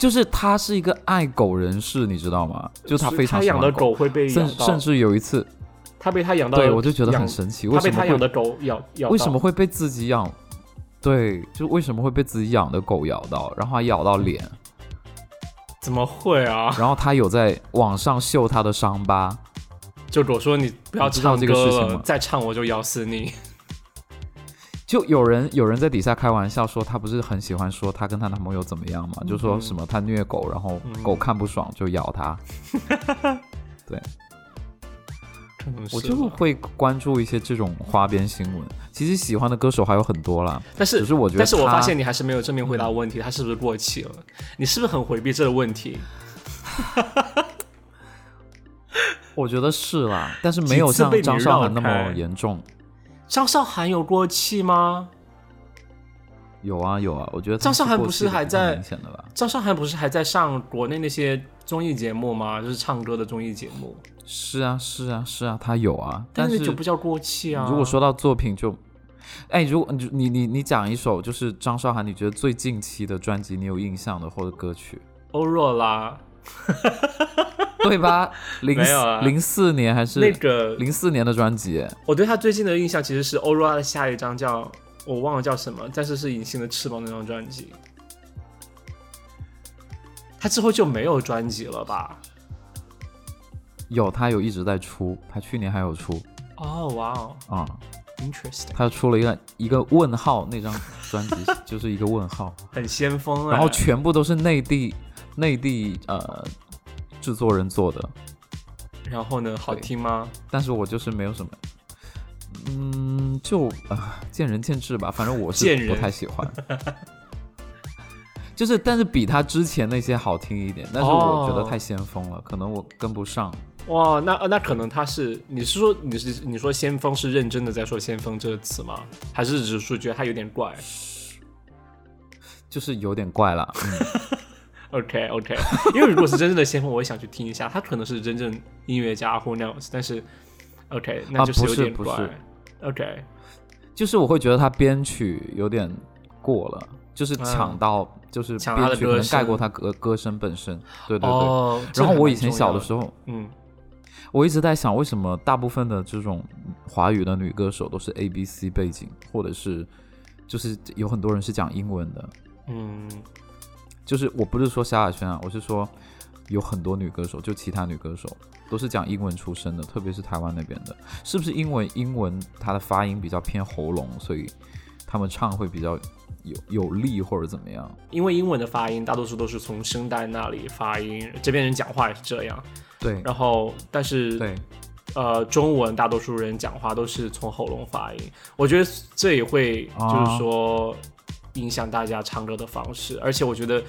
B: 就是他是一个爱狗人士，你知道吗？就他非常
A: 他
B: 喜
A: 养
B: 欢
A: 的狗会被
B: 甚
A: 咬到，
B: 甚至有一次，
A: 他被他养到，
B: 对我就觉得
A: 养
B: 很神奇，为
A: 他被
B: 什么
A: 他养
B: 会
A: 的狗咬咬到，
B: 为什么会被自己养？对，就为什么会被自己养的狗咬到，然后还咬到脸，
A: 怎么会啊？
B: 然后他有在网上秀他的伤疤，
A: 就狗说你不要
B: 你知道
A: 唱
B: 这个
A: 歌
B: 事情
A: 了
B: 吗，
A: 再唱我就咬死你。
B: 就有人有人在底下开玩笑说，他不是很喜欢说他跟他男朋友怎么样
A: 嗯
B: 嘛，就说什么他虐狗，然后狗看不爽就咬他。
A: 嗯
B: 对，
A: 可能是
B: 我就
A: 吧
B: 会关注一些这种花边新闻。其实喜欢的歌手还有很多啦，
A: 但是
B: 只是我觉得
A: 但是我
B: 他
A: 发现你还是没有正面回答问题，他是不是过气了？你是不是很回避这个问题？
B: 我觉得是啦，但是没有
A: 几次
B: 像
A: 被你
B: 张韶涵那
A: 绕开
B: 么严重。
A: 张韶涵有过气吗？
B: 有啊有啊，我觉得他
A: 张韶涵
B: 过
A: 不
B: 气
A: 是
B: 的
A: 还
B: 挺
A: 在
B: 明显的吧？
A: 张韶涵不是还在上国内那些综艺节目吗？就是唱歌的综艺节目，
B: 是啊是啊是啊，他有啊，但
A: 但
B: 是
A: 那就不叫过气啊。
B: 如果说到作品就，哎，如果你你你讲一首就是张韶涵，你觉得最近期的专辑你有印象的或者 歌曲，
A: 欧若拉
B: 对吧？零
A: 没有啊
B: 零四年还
A: 那
B: 是
A: 个，
B: 零四年的专辑？
A: 我对她最近的印象其实是欧若拉的下一张叫我忘了叫什么，但是是隐形的翅膀那张专辑。她之后就没有专辑了吧？
B: 有，他有一直在出，他去年还有出
A: 哦，哇哦
B: 啊、
A: ，interesting，
B: 他出了一个一个问号那张专辑就是一个 问号，
A: 很先锋哎。
B: 然后全部都是内地内地呃制作人做的，
A: 然后呢，好
B: 对
A: 听吗？
B: 但是我就是没有什么，嗯，就啊、见仁见智吧。反正我
A: 见
B: 是
A: 仁
B: 不太喜欢， 就是但是比他之前那些好听一点，但是我觉得
A: 哦
B: 太先锋了，可能我跟不上。
A: 哇，那那可能他是，你是说你是你说先锋是认真的在说先锋这个词吗？还是只是觉得他有点怪
B: 就是有点怪了，
A: ？OK OK，因为如果是真正的先锋，我也想去听一下，他可能是真正音乐家 who knows，但是 OK，那
B: 啊
A: 就是
B: 不
A: 有
B: 是
A: 点
B: 不
A: 怪。
B: 是
A: OK，
B: 就是我会觉得他编曲有点过了，就是抢到，就是
A: 嗯抢他的
B: 编曲
A: 歌
B: 可能盖过
A: 声
B: 他歌歌声本身。对对对。
A: 哦，这
B: 然后
A: 还
B: 我
A: 蛮
B: 以前
A: 重
B: 小
A: 要
B: 的
A: 的
B: 时候，
A: 嗯，
B: 我一直在想，为什么大部分的这种华语的女歌手都是 A B C 背景，或者是就是有很多人是讲英文的。
A: 嗯
B: 就是我不是说萧亚轩啊，我是说有很多女歌手，就其他女歌手都是讲英文出身的，特别是台湾那边的，是不是因为英文它的发音比较偏喉咙，所以他们唱会比较有有力或者怎么样？
A: 因为英文的发音大多数都是从声带那里发音，这边人讲话也是这样。
B: 对
A: 然后，但是
B: 对，
A: 呃，中文大多数人讲话都是从喉咙发音，我觉得这也会
B: 啊
A: 就是说影响大家唱歌的方式，而且我觉得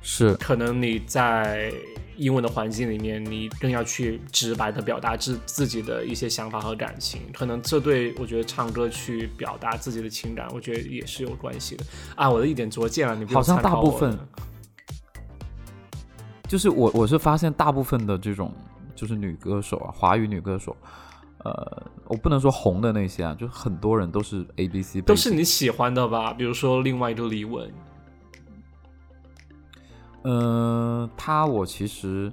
B: 是
A: 可能你在英文的环境里面，你更要去直白的表达自自己的一些想法和感情，可能这对我觉得唱歌去表达自己的情感，我觉得也是有关系的啊。我的一点拙见了，你不用
B: 好像
A: 参考
B: 大部
A: 我了
B: 分就是我我是发现大部分的这种就是女歌手啊，华语女歌手，呃，我不能说红的那些啊，就是很多人都是 A B C
A: 都是你喜欢的吧，比如说另外一个李
B: 嗯
A: 玟，
B: 呃，她我其实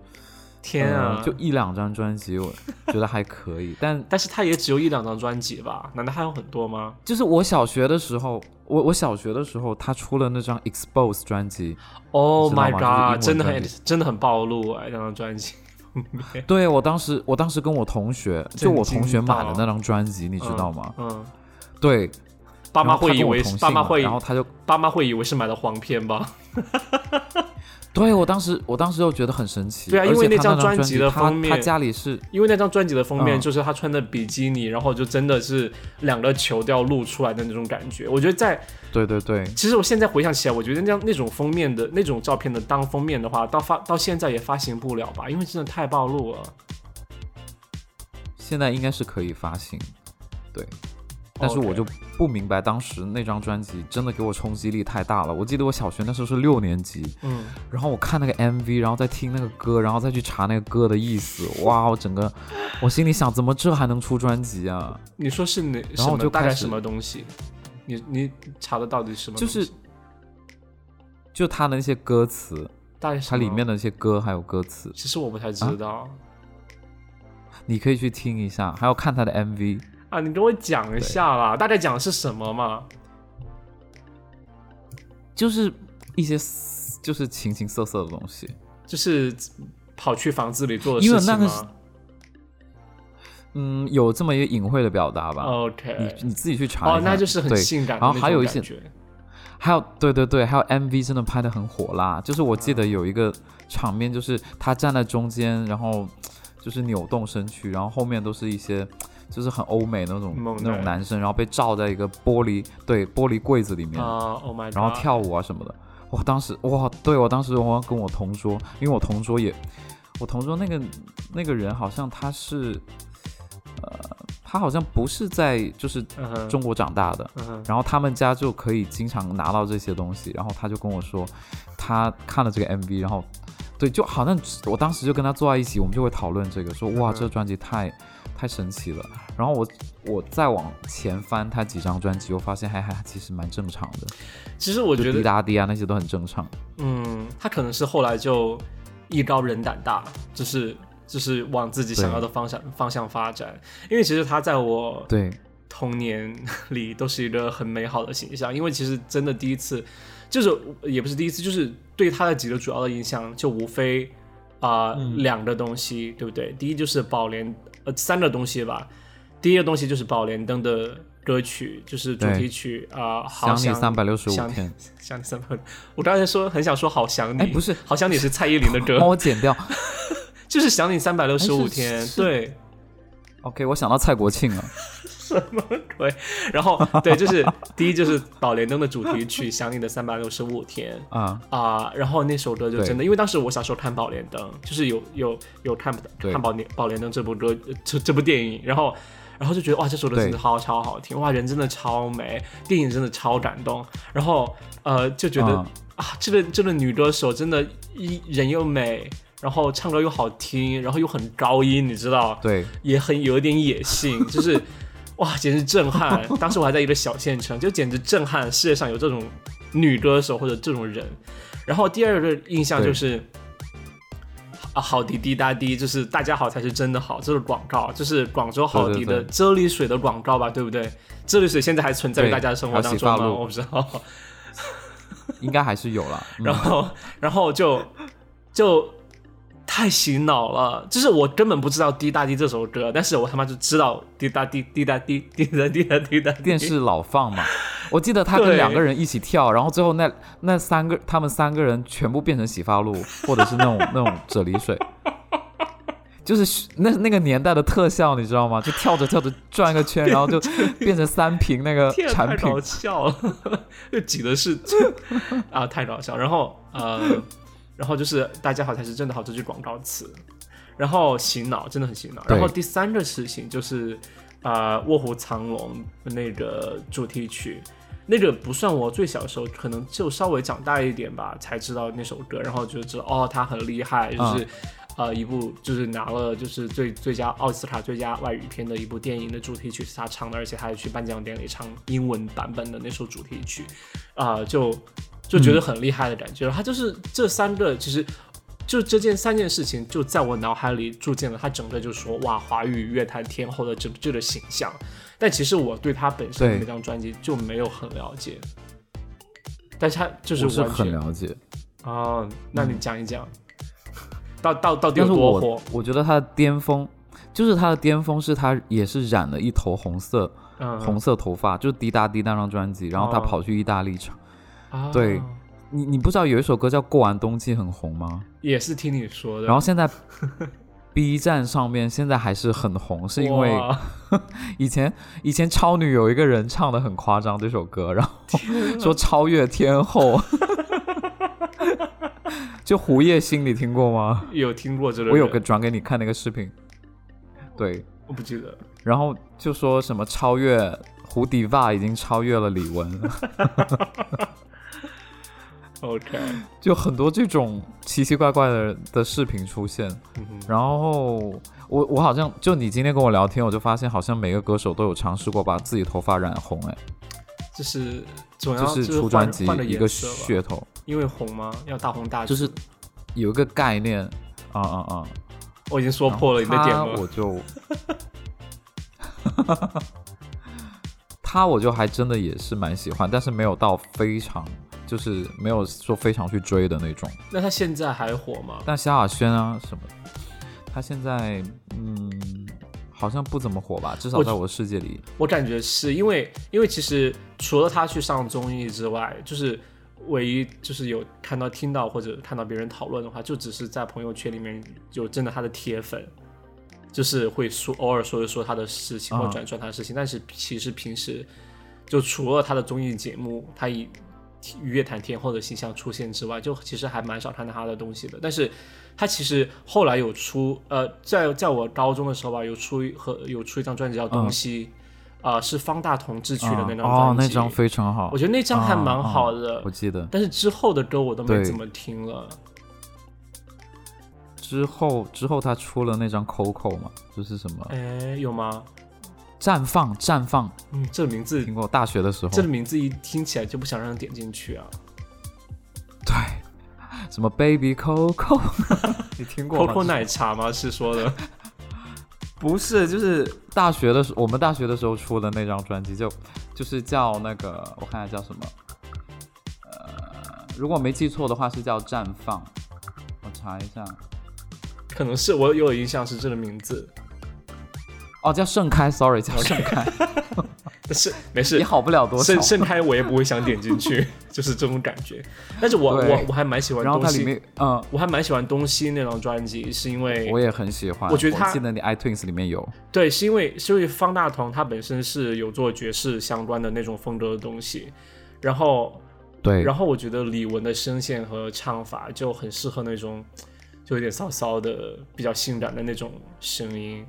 A: 天啊，
B: 呃就一两张专辑，我觉得还可以，但
A: 但是他也只有一两张专辑吧？难道还有很多吗？
B: 就是我小学的时候，我我小学的时候，她出了那张 Expose 专辑，
A: Oh
B: 知道
A: my
B: 吗
A: god！
B: 就是
A: 真
B: 英文
A: 的很
B: 专辑
A: 真的很暴露哎，那张专辑。
B: 对我当时我当时跟我同学，就我同学买了那张专辑，你知道吗？
A: 嗯，
B: 对，
A: 爸妈
B: 然后她
A: 会以
B: 跟我
A: 为
B: 同
A: 是
B: 姓
A: 爸妈
B: 嘛
A: 会以
B: 然后他就
A: 爸妈会以为是买的黄片吧？
B: 对我当时，我当时就觉得很神奇。
A: 对啊因为
B: 而且
A: 那
B: 他
A: 张
B: 张
A: 专辑
B: 辑
A: 的
B: 他
A: 封面
B: 他家里是
A: 因为那张专辑的封面
B: 嗯
A: 就是他穿的比基尼，然后就真的是两个球都要露出来的那种感觉。我觉得在
B: 对对对，
A: 其实我现在回想起来，我觉得那样那种封面的那种照片的当封面的话，到发到现在也发行不了吧，因为真的太暴露了。
B: 现在应该是可以发行，对。但是
A: 哦 OK
B: 我就不明白，当时那张专辑真的给我冲击力太大了。我记得我小学那时候是六年级，
A: 嗯，
B: 然后我看那个 MV，然后再听那个歌，然后再去查那个歌的意思。哇，我整个，我心里想，怎么这还能出专辑啊？
A: 你说是哪？
B: 然后
A: 什
B: 我
A: 么
B: 就
A: 大概
B: 开始
A: 什么东西？你你查的到底是什么
B: 就
A: 东西？
B: 是，就他的那些歌词，
A: 大概是
B: 它里
A: 什么
B: 面的那些歌还有歌词，
A: 其实我不太知道啊
B: 你可以去听一下，还有看他的 MV。
A: 啊你给我讲一下啦，大概讲的是什么嘛？
B: 就是一些嘶就是形形色色的东西。
A: 就是跑去房子里做的
B: 因为
A: 事情
B: 那个
A: 吗？
B: 嗯，有这么一个隐晦的表达吧。
A: 哦 OK，
B: 你你自己去查一下。
A: 哦，那就是很
B: 对
A: 性感的那
B: 然后
A: 种感觉。
B: 还有一些还有对对对，还有 MV 真的拍的很火辣，就是我记得有一个场面，就是他站在中间，然后就是扭动身躯，然后后面都是一些就是很欧美那种
A: 猛
B: 那种
A: 男
B: 男生，然后被罩在一个玻璃对玻璃柜子里面，
A: 啊，Oh my god，
B: 嗯然后跳舞啊什么的。我当时哇，对我当时我跟我同桌，因为我同桌也，我同桌那个那个人好像他是，呃，他好像不是在就是
A: 嗯哼，
B: 中国长大的，
A: 嗯哼，
B: 然后他们家就可以经常拿到这些东西，然后他就跟我说，他看了这个 MV，然后对，就好像我当时就跟他坐在一起，我们就会讨论这个，说哇，
A: 嗯
B: 这个专辑太太神奇了。然后我我再往前翻他几张专辑，我发现还还其实蛮正常的，
A: 其实我
B: 就
A: 觉
B: 滴
A: 得，
B: 答滴啊那些都很正常。
A: 嗯，他可能是后来就艺高人胆大，就是就是往自己想要的方向方向发展。因为其实他在我
B: 对，
A: 童年里都是一个很美好的形象，因为其实真的第一次，就是也不是第一次，就是对他的几个主要的印象就无非啊、
B: 嗯
A: 两个东西，对不对？第一就是宝莲，呃，三个东西吧。第一个东西就是宝莲灯的歌曲，就是主
B: 对
A: 题曲啊，好
B: 想你三百六十五
A: 想
B: 天，
A: 想你三百，我刚才说很想说好想你，
B: 哎不是
A: 好想你是蔡依林的
B: 帮
A: 歌，
B: 我剪掉。
A: 就是想你三百六十五
B: 哎是
A: 天，
B: 是
A: 对，
B: OK，我想到蔡国庆了。
A: 什么鬼？然后对，就是第一就是宝莲灯的主题曲《想你的三百六十五天》。
B: 啊、
A: 啊、然后那首歌就
B: 对
A: 真的，因为当时我小时候看《宝莲灯》，就是有有有看
B: 对
A: 看《宝莲宝莲灯》这部歌呃这这部电影，然后然后就觉得哇，这首歌
B: 对
A: 真的超超好听，哇，人真的超美，电影真的超感动，然后呃就觉得、
B: 啊
A: 啊，这个这个女歌手真的一人又美，然后唱歌又好听，然后又很高音，你知道，
B: 对，
A: 也很有一点野 性，就是哇，简直震撼！当时我还在一个小县城，就简直震撼世界上有这种女歌手或者这种人。然后第二个印象就是。啊，好滴滴答滴，就是大家好才是真的好，这个广告就是广州好滴
B: 对
A: 的
B: 对对
A: 啫喱水的广告吧，对不对？啫喱水现在还存在于
B: 对
A: 大家的生活
B: 还有
A: 当
B: 洗
A: 中
B: 发
A: 吗？
B: 露
A: 我不知道。
B: 应该还是有了。嗯
A: 然后然后就就太洗脑了，就是我根本不知道《滴答滴》这首歌，但是我他妈就知道滴答滴滴答滴滴答滴答滴答滴
B: 电视老放嘛。我记得他
A: 对
B: 跟两个人一起跳，然后最后那那三个他们三个人全部变成洗发露，或者是那 种那种啫喱水，就是那那个年代的特效，你知道吗？就跳着跳着转一个圈，然后就变成三瓶那个
A: 天啊，
B: 产
A: 太
B: 品
A: 搞。笑了， 就挤的是啊，太搞笑。然后呃，然后就是“大家好才是真的好”这句广告词，然后洗脑，真的很洗脑。
B: 对
A: 然后第三个事情就是啊，呃《卧虎藏龙》的那个主题曲。那个不算我最小时候，可能就稍微长大一点吧，才知道那首歌，然后就知道哦，他很厉害，就是、呃一部就是拿了就是最最佳奥斯卡最佳外语片的一部电影的主题曲是他唱的，而且他还去颁奖典礼唱英文版本的那首主题曲，啊、就就
B: 嗯
A: 觉得很厉害的感觉。他就是这三个，其实就这件三件事情，就在我脑海里铸建了他整个就说哇，华语乐坛天后的这这个形象。但其实我对他本身的
B: 对
A: 那张专辑就没有很了解，但是他就是
B: 我
A: 完
B: 是
A: 全
B: 很了解，
A: 哦，那你讲一讲，到到到底
B: 但
A: 有
B: 是
A: 多
B: 我
A: 火？
B: 我觉得他的巅峰，就是他的巅峰是他也是染了一头红色、
A: 嗯，
B: 红色头发，就是滴答滴那张专辑，然后他
A: 哦
B: 跑去意大利唱。
A: 啊
B: 对你你不知道有一首歌叫《过完冬季》很红吗？
A: 也是听你说的。
B: 然后现在 B 站上面现在还是很红，是因为
A: 哇
B: 以前以前超女有一个人唱的很夸张这首歌，然后 说超越天后， 就胡叶欣，你听过吗？
A: 有听过这个人，
B: 我有个转给你看那个视频，对，
A: 我不记得，
B: 然后就说什么超越胡迪爸已经超越了李玟，
A: OK，
B: 就很多这种奇奇怪怪的的视频出现。
A: 嗯哼
B: 然后我我好像就你今天跟我聊天，我就发现好像每个歌手都有尝试过把自己头发染红，哎，
A: 就是总要
B: 这是
A: 就是
B: 出
A: 换
B: 专辑
A: 换
B: 一个
A: 颜色吧，
B: 噱头，
A: 因为红吗？要大红大紫，
B: 就是有一个概念，啊啊啊！
A: 我已经说破了你的点
B: 他
A: 了。
B: 我就，他我就还真的也是蛮喜欢，但是没有到非常，就是没有说非常去追的那种。
A: 那他现在还火吗？
B: 但萧亚轩啊什么的，他现在嗯好像不怎么火吧，至少
A: 我
B: 在我的世界里，
A: 我感觉是因为，因为其实除了他去上综艺之外，就是唯一就是有看到、听到或者看到别人讨论的话，就只是在朋友圈里面有真的他的铁粉，就是会说偶尔说一说他的事情
B: 啊
A: 或转转他的事情，但是其实平时就除了他的综艺节目，他以与乐坛天后的形象出现之外，就其实还蛮少看到他的东西的。但是他其实后来有出，呃，在在我高中的时候吧，有出一和有出一张专辑叫《东西》，啊、是方大同制曲的那张专辑。
B: 啊哦，那张非常好
A: 我，觉得那张还蛮好的。
B: 我记得
A: 但是之后的歌我都没
B: 对
A: 怎么听了，
B: 之后之后他出了那张 Coco 嘛，就是什么
A: 哎，有吗？
B: 绽放绽放，
A: 嗯，这个名字
B: 听，过大学的时候，
A: 这个名字一听起来就不想让人点进去啊。
B: 对，什么 Baby Coco，你 听过吗
A: Coco 奶茶吗？是说的，
B: 不是，就是大学的时候，我们大学的时候出的那张专辑就，就是叫那个，我看下叫什么，呃，如果没记错的话是叫《绽放》，我查一下，
A: 可能是我有印象是这个名字，
B: 哦，叫盛开，sorry，叫盛开，
A: 但是没事
B: 也，好不了多少
A: 盛。盛 开我也不会想点进去， 就是这种感觉。但是我
B: 对
A: 我我还蛮喜欢
B: 然后
A: 东
B: 它里
A: 西，
B: 面，嗯、
A: 我还蛮喜欢东西那张专辑，是因为
B: 我也很喜欢，
A: 我觉得它
B: 记得你 iTunes 里面有，
A: 对，是因为是因为方大同他本身是有做爵士相关的那种风格的东西，然后
B: 对，
A: 然后我觉得李玟的声线和唱法就很适合那种就有点骚骚的、比较性感的那种声音，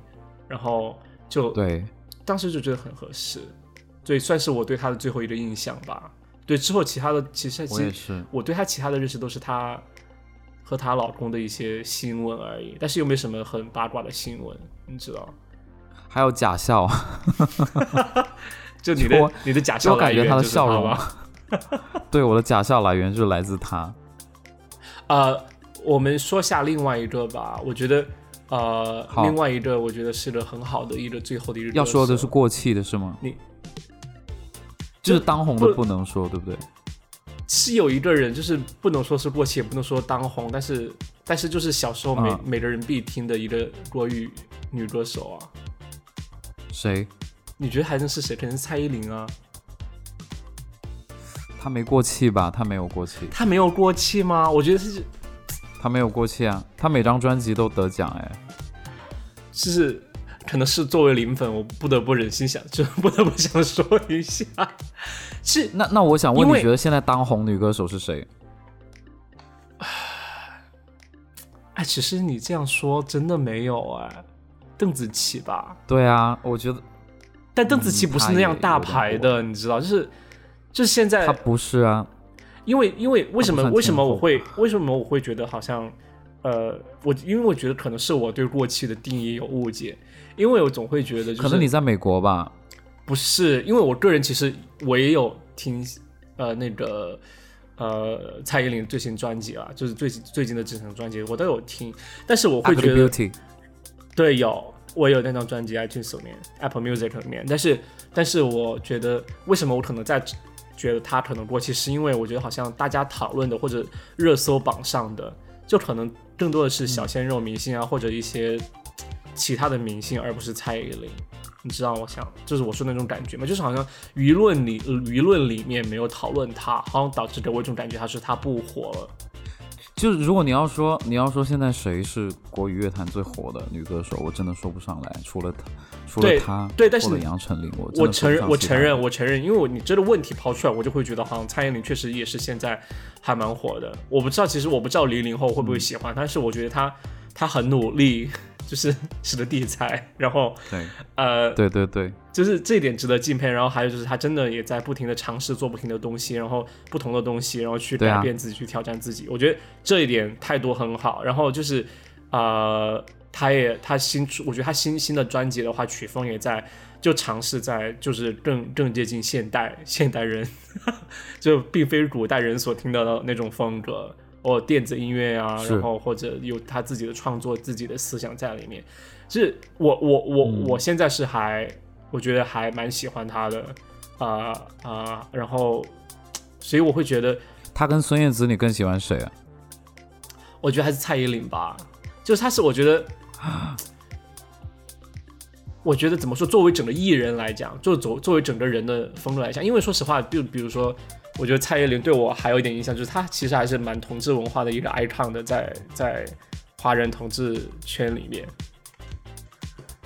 A: 然后就
B: 对，
A: 当时就觉得很合适，所以算是我对他的最后一个印象吧。对，之后其他的其实
B: 我
A: 其
B: 也
A: 实
B: 是，
A: 我对她其他的认识都是她和她老公的一些新闻而已，但是又没什么很八卦的新闻，你知道？
B: 还有假笑，
A: 就你的
B: 我
A: 你的假
B: 就
A: 笑
B: 我感
A: 来
B: 觉
A: 源
B: 他的
A: 就是她
B: 笑容
A: 吧？，
B: 对，我的假笑来源就是来自他，
A: 呃，我们说下另外一个吧，我觉得呃，
B: 好
A: 另外一个我觉得是个很好的一个最后的一个
B: 要说的
A: 歌
B: 是
A: 手
B: 过气的是吗？
A: 你
B: 就是当红
A: 不
B: 的不能说，对不对？
A: 是有一个人，就是不能说是过气，也不能说当红，但是但是就是小时候每、
B: 啊
A: 每个人必听的一个国语女歌手啊，
B: 谁？
A: 你觉得还能是谁？可能是蔡依林啊，
B: 他没过气吧？他没有过气，
A: 她没有过气吗？我觉得是
B: 他没有过气啊！他每张专辑都得奖哎，
A: 就是可能是作为零粉，我不得不忍心想，就不得不想说一下，是
B: 那那我想问，
A: 因
B: 你
A: 为
B: 觉得现在当红女歌手是谁？
A: 哎，其实你这样说真的没有哎，邓紫棋吧？
B: 对啊，我觉得
A: 但邓紫棋不是那样大牌
B: 嗯她也
A: 的，你知道，就是就是现在
B: 她不是啊。
A: 因为因为为什么
B: 算
A: 为什么
B: 天后
A: 我会为什么我会觉得好像，呃，我因为我觉得可能是我对过气的定义有误解，因为我总会觉得就是
B: 可能你在美国吧？
A: 不是，因为我个人其实我也有听，呃，那个呃蔡依林最新专辑啊，就是最最近的这张专辑我都有听，但是我会
B: Ugly
A: 觉得
B: Beauty
A: 对有我有那张专辑 iTunes 里面 Apple Music 里面，但是但是我觉得为什么我可能在觉得它可能过气，是因为我觉得好像大家讨论的或者热搜榜上的，就可能更多的是小鲜肉明星啊，或者一些其他的明星，而不是蔡依林。你知道我想，就是我说那种感觉嘛，就是好像舆论里舆论里面没有讨论他，好像导致给我一种感觉，他是他不火了。
B: 就是如果你要说你要说现在谁是国语乐坛最火的女歌手，我真的说不上来，除了她，除了
A: 对
B: 她，
A: 对但是
B: 除了杨丞琳，我真
A: 我
B: 的说
A: 承
B: 不
A: 认，
B: 上
A: 我
B: 其
A: 承
B: 他
A: 认，我承认，因为我你这个问题抛出来，我就会觉得好像蔡依林确实也是现在还蛮火的。我不知道，其实我不知道零零后会
B: 嗯
A: 不会喜欢，但是我觉得她她很努力， 就是是个地才，然后
B: 对
A: 呃，
B: 对对对，
A: 就是这一点值得敬佩。然后还有就是她真的也在不停的尝试做不停的东西，然后不同的东西，然后去
B: 对啊
A: 改变自己，去挑战自己。我觉得这一点态度很好。然后就是呃，她也她新出，我觉得她新新的专辑的话，曲风也在就尝试在就是更更接近现代现代人，就并非古代人所听到的那种风格。哦，电子音乐啊，
B: 是
A: 然后或者有他自己的创作、自己的思想在里面。是我我我、我现在是还我觉得还蛮喜欢他的，啊、啊、然后所以我会觉得，
B: 她跟孙燕姿，你更喜欢谁啊？
A: 我觉得还是蔡依林吧，就是她是我觉得， 我觉得怎么说，作为整个艺人来讲，就作作为整个人的风格来讲，因为说实话，就比如说，我觉得蔡依林对我还有一点印象，就是她其实还是蛮同志文化的一个 icon 的，在在华人同志圈里面，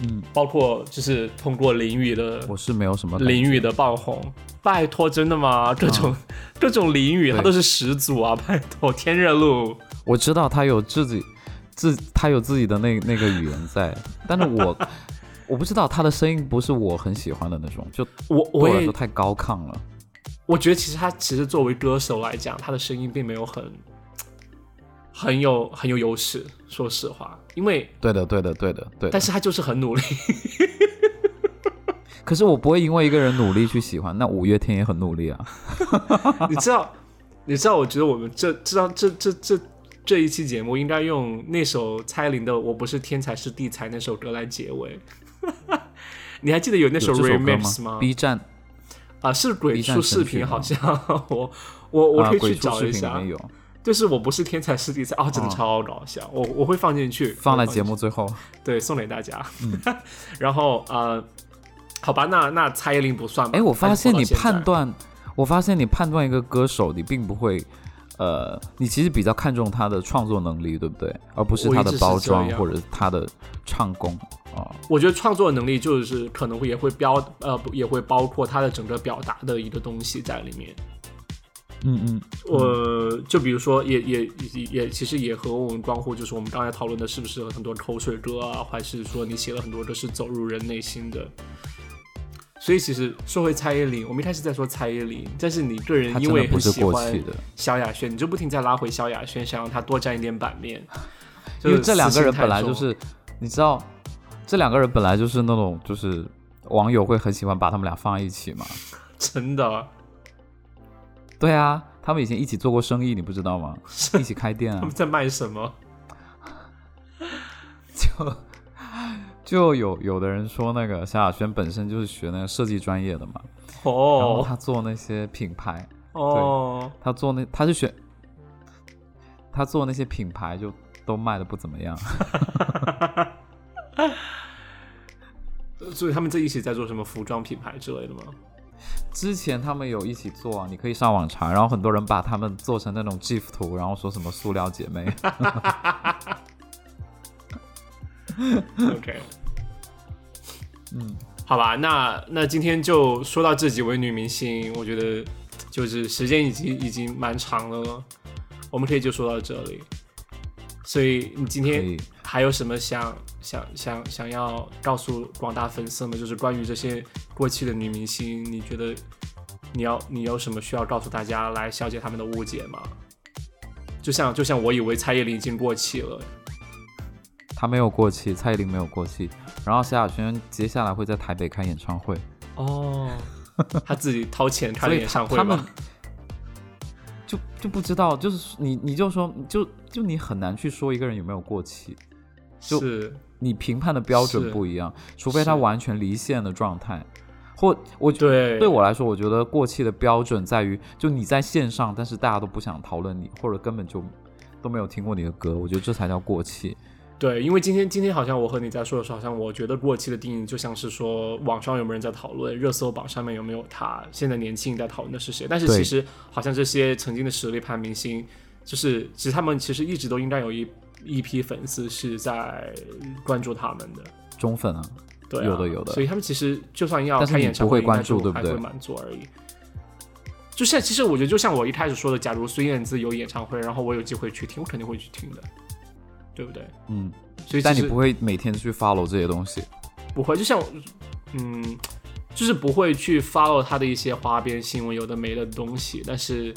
B: 嗯，
A: 包括就是通过淋雨的
B: 我是没有什么感
A: 淋
B: 觉嗯啊
A: 雨的爆红。拜托，真的吗？各种、各种淋雨，它
B: 对
A: 都是始祖啊！拜托，天热路，
B: 我知道他有自己自他有自己的那那个语言在，但是 我我不知道他的声音不是我很喜欢的那种，就
A: 我
B: 对
A: 我
B: 我来
A: 也
B: 说太高亢了。
A: 我觉得其实他其实作为歌手来讲，他的声音并没有很很有很有优势，说实话，因为
B: 对的，对的，对的，对的
A: 但。是他就是很 努力，
B: 可是我不会因为一个人努力去喜欢，那五月天也很努力啊。
A: 你知道，你知道，我觉得我们这这张这这这这一期节目应该用那首蔡依林的《我不是天才是地才》那首歌来结尾。 你还记得有那
B: 有这首歌
A: remix 吗？
B: ？B 站
A: 啊，是鬼
B: B 站
A: 畜
B: 神
A: 视
B: 曲
A: 频，好
B: 吗
A: 像我我我
B: 啊
A: 可以
B: 鬼
A: 去
B: 畜
A: 找
B: 视
A: 一
B: 频里
A: 下。
B: 面有，
A: 就是我不是天才是地才啊，真的
B: 哦
A: 超搞笑，我我会放进去，
B: 放在
A: 来
B: 节目最后。
A: 对，送给大家。
B: 嗯
A: 然后呃，好吧，那那蔡依林不算吧。
B: 哎，我发现你判
A: 断。
B: 断，我发现你判断一个歌手，你并不会，呃，你其实比较看重他的创作能力，对不对？而不是
A: 我一
B: 他
A: 直
B: 的
A: 是
B: 包
A: 这
B: 装
A: 样
B: 或者是他的唱功啊。
A: 我觉得创作能力就是可能会也会标呃不也会包括他的整个表达的一个东西在里面。
B: 嗯嗯，
A: 我、就比如说也也也也其实也和我们关乎，就是我们刚才讨论的适不适合很多口水歌啊，还是说你写了很多歌是走入人内心的。所以其实说回蔡依林，我们一开始在说蔡依林，但是你个人
B: 他
A: 因
B: 真的
A: 为
B: 不
A: 很
B: 是
A: 喜
B: 过
A: 欢
B: 气的，
A: 萧亚轩，你就不停在拉回萧亚轩，想让他多占一点版面。
B: 因为这两个人本来
A: 就
B: 就是
A: 私心太重
B: 是，你知道，这两个人本来就是那种就是网友会很喜欢把他们俩放在一起嘛。
A: 真
B: 嗯
A: 的，
B: 对啊，他们以前一起做过生意，你不知道吗？一起开店
A: 他
B: 啊
A: 们，在卖什 么？
B: 就就有有的人说那个萧亚轩本身就是学那个设计专业的嘛，然后
A: 哦
B: 他做那些品牌，
A: 哦，
B: 他做那他是学他做那些品牌就都卖的不怎么样。
A: 所以他们在一起在做什么服装品牌之类的吗？
B: 之前他们有一起做啊，你可以上网查，然后很多人把他们做成那种 GIF 图，然后说什么塑料姐妹。
A: OK，嗯，
B: 嗯
A: 好吧，那那今天就说到这几位女明星，我觉得就是时间已经已经蛮长了，我们可以就说到这里。所以 你今
B: 可
A: 天
B: 以
A: 还有什么想想想想要告诉广大粉丝们，就是关于这些过气的女明星，你觉得你要你有什么需要告诉大家来消解他们的误解吗？就像就像我以为蔡依林已经过气了，
B: 他没有过气，蔡依林没有过气，然后萧亚轩接下来会在台北开演唱会，
A: 哦，他自己掏钱开
B: 所
A: 的
B: 以
A: 演
B: 他
A: 唱会
B: 他们
A: 吧？，
B: 就就不知道，就是你你就说就就你很难去说一个人有没有过气，就是你评判的标
A: 是
B: 准不一样，除非他
A: 是
B: 完全离线的状态，或我觉
A: 对，
B: 对我来说，我觉得过气的标准在于，就你在线上，但是大家都不想讨论你，或者根本就都没有听过你的歌，我觉得这才叫过气。
A: 对，因为今天今天好像我和你在说的时候，好像我觉得过期的定义就像是说网上有没有人在讨论，热搜榜上面有没有他，现在年轻一代讨论的是谁？但是
B: 对
A: 其实好像这些曾经的实力派明星，就是其实他们其实一直都应该有一一批粉丝是在关注他们的。
B: 中粉啊，
A: 对啊、
B: 有的有的
A: 所以他们其实就算要
B: 但是
A: 开
B: 你
A: 演唱
B: 不会
A: 会，应该
B: 关注
A: 就
B: 对不
A: 还会
B: 对
A: 满座而已。就像其实我觉得，就像我一开始说的，假如孙燕姿有演唱会，然后我有机会去听，我肯定会去听的，对不对？
B: 嗯，
A: 所以
B: 但
A: 其
B: 你
A: 实
B: 不会每天去 follow 这些东西。
A: 不会，就像我嗯，就是不会去 follow 他的一些花边新闻，有的没的东西，但是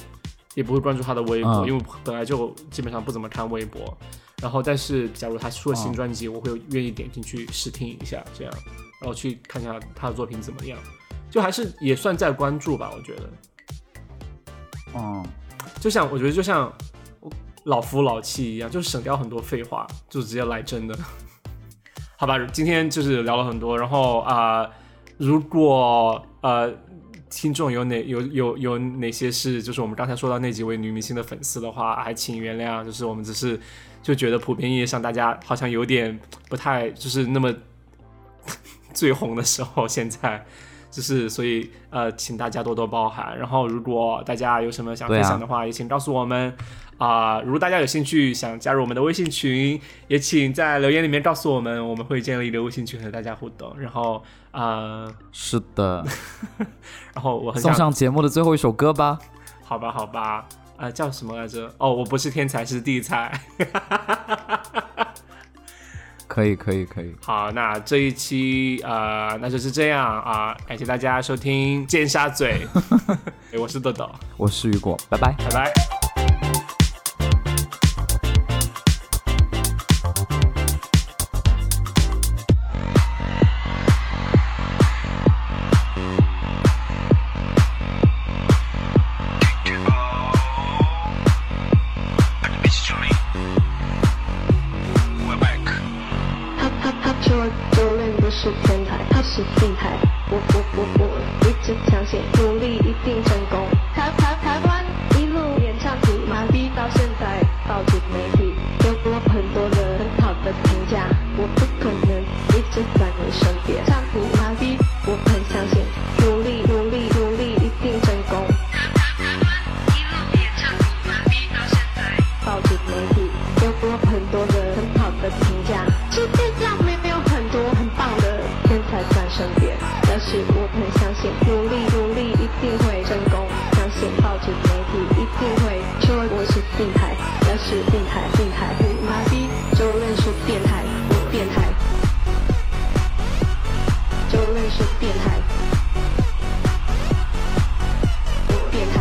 A: 也不会关注他的微博，
B: 嗯
A: 因为我本来就基本上不怎么看微博。然后，但是假如他出了新专辑，我会愿意点进去试听一下，这样，然后去看一下他的作品怎么样，就还是也算在关注吧，我觉得。
B: 嗯，
A: 就像我觉得就像老夫老妻一样，就是省掉很多废话，就直接来真的。 好吧，今天就是聊了很多，然后啊、如果呃听众有哪有有有哪些是就是我们刚才说到那几位女明星的粉丝的话，还请原谅，就是我们只是就觉得普遍意义上大家好像有点不太就是那么 最红的时候，现在就是所以呃，请大家多多包涵。然后如果大家有什么想
B: 对啊
A: 分享的话，也请告诉我们啊、如果大家有兴趣想加入我们的微信群，也请在留言里面告诉我们，我们会建立一个微信群和大家互动。然后啊、呃
B: 是的，
A: 然后我很
B: 送
A: 想
B: 上节目的最后一首歌吧。
A: 好吧，好吧，啊、叫什么来着？哦，我不是天才，是地才。
B: 可以，可以，可以。
A: 好，那这一期呃，那就是这样啊、感谢大家收听《尖沙咀》，我是豆豆，
B: 我是雨果，拜拜。
A: 拜拜。
C: We're back.
D: 他他他说周润不是天才，他是地才。我我我我一直相信努力一定成功。台台台湾一路演唱起麻痹到现在，报纸媒体给我很多人很好的评价，我不可能一直在你身边。唱起麻痹，我很相信努力努力努力一定成功。报纸媒体给我很多的很好的评价。世界上没有很多很棒的天才在身边，但是我很相信，努力努力一定会成功。相信报纸媒体一定会说我是病态，但是病态病态不麻痹，周润是变态，我变态。周润是变态，我变态。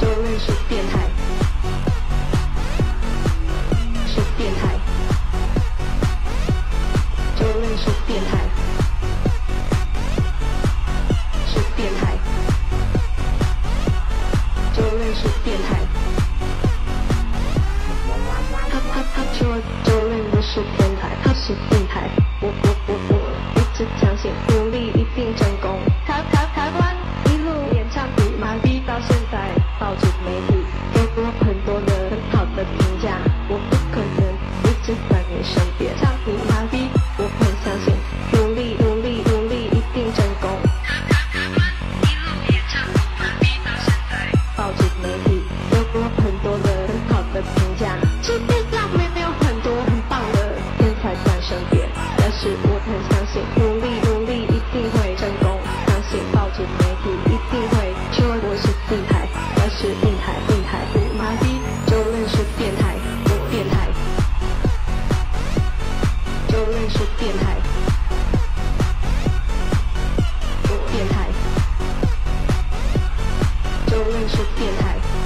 D: 周润是变态，是变态。周润是变态，是变态。周润是变态。他他他说周润不是天才，他是病态。我我我我一直相信努力一定成功。台台台湾一路演唱比麻痹到现在，报纸媒体给我很多的很好的评价，我不可能一直在你身边。唱比麻痹，我很相信努力努力努力一定成功。报纸媒体给我很多的很好的评价。世界上没有很多很棒的天才在身边，但是我很相信，努力努力一定会成功。相信报纸媒体一定会说我是病态，但是病态病态不麻痹，周润是变态，我变态，周润是变态，我变态。周润是变态。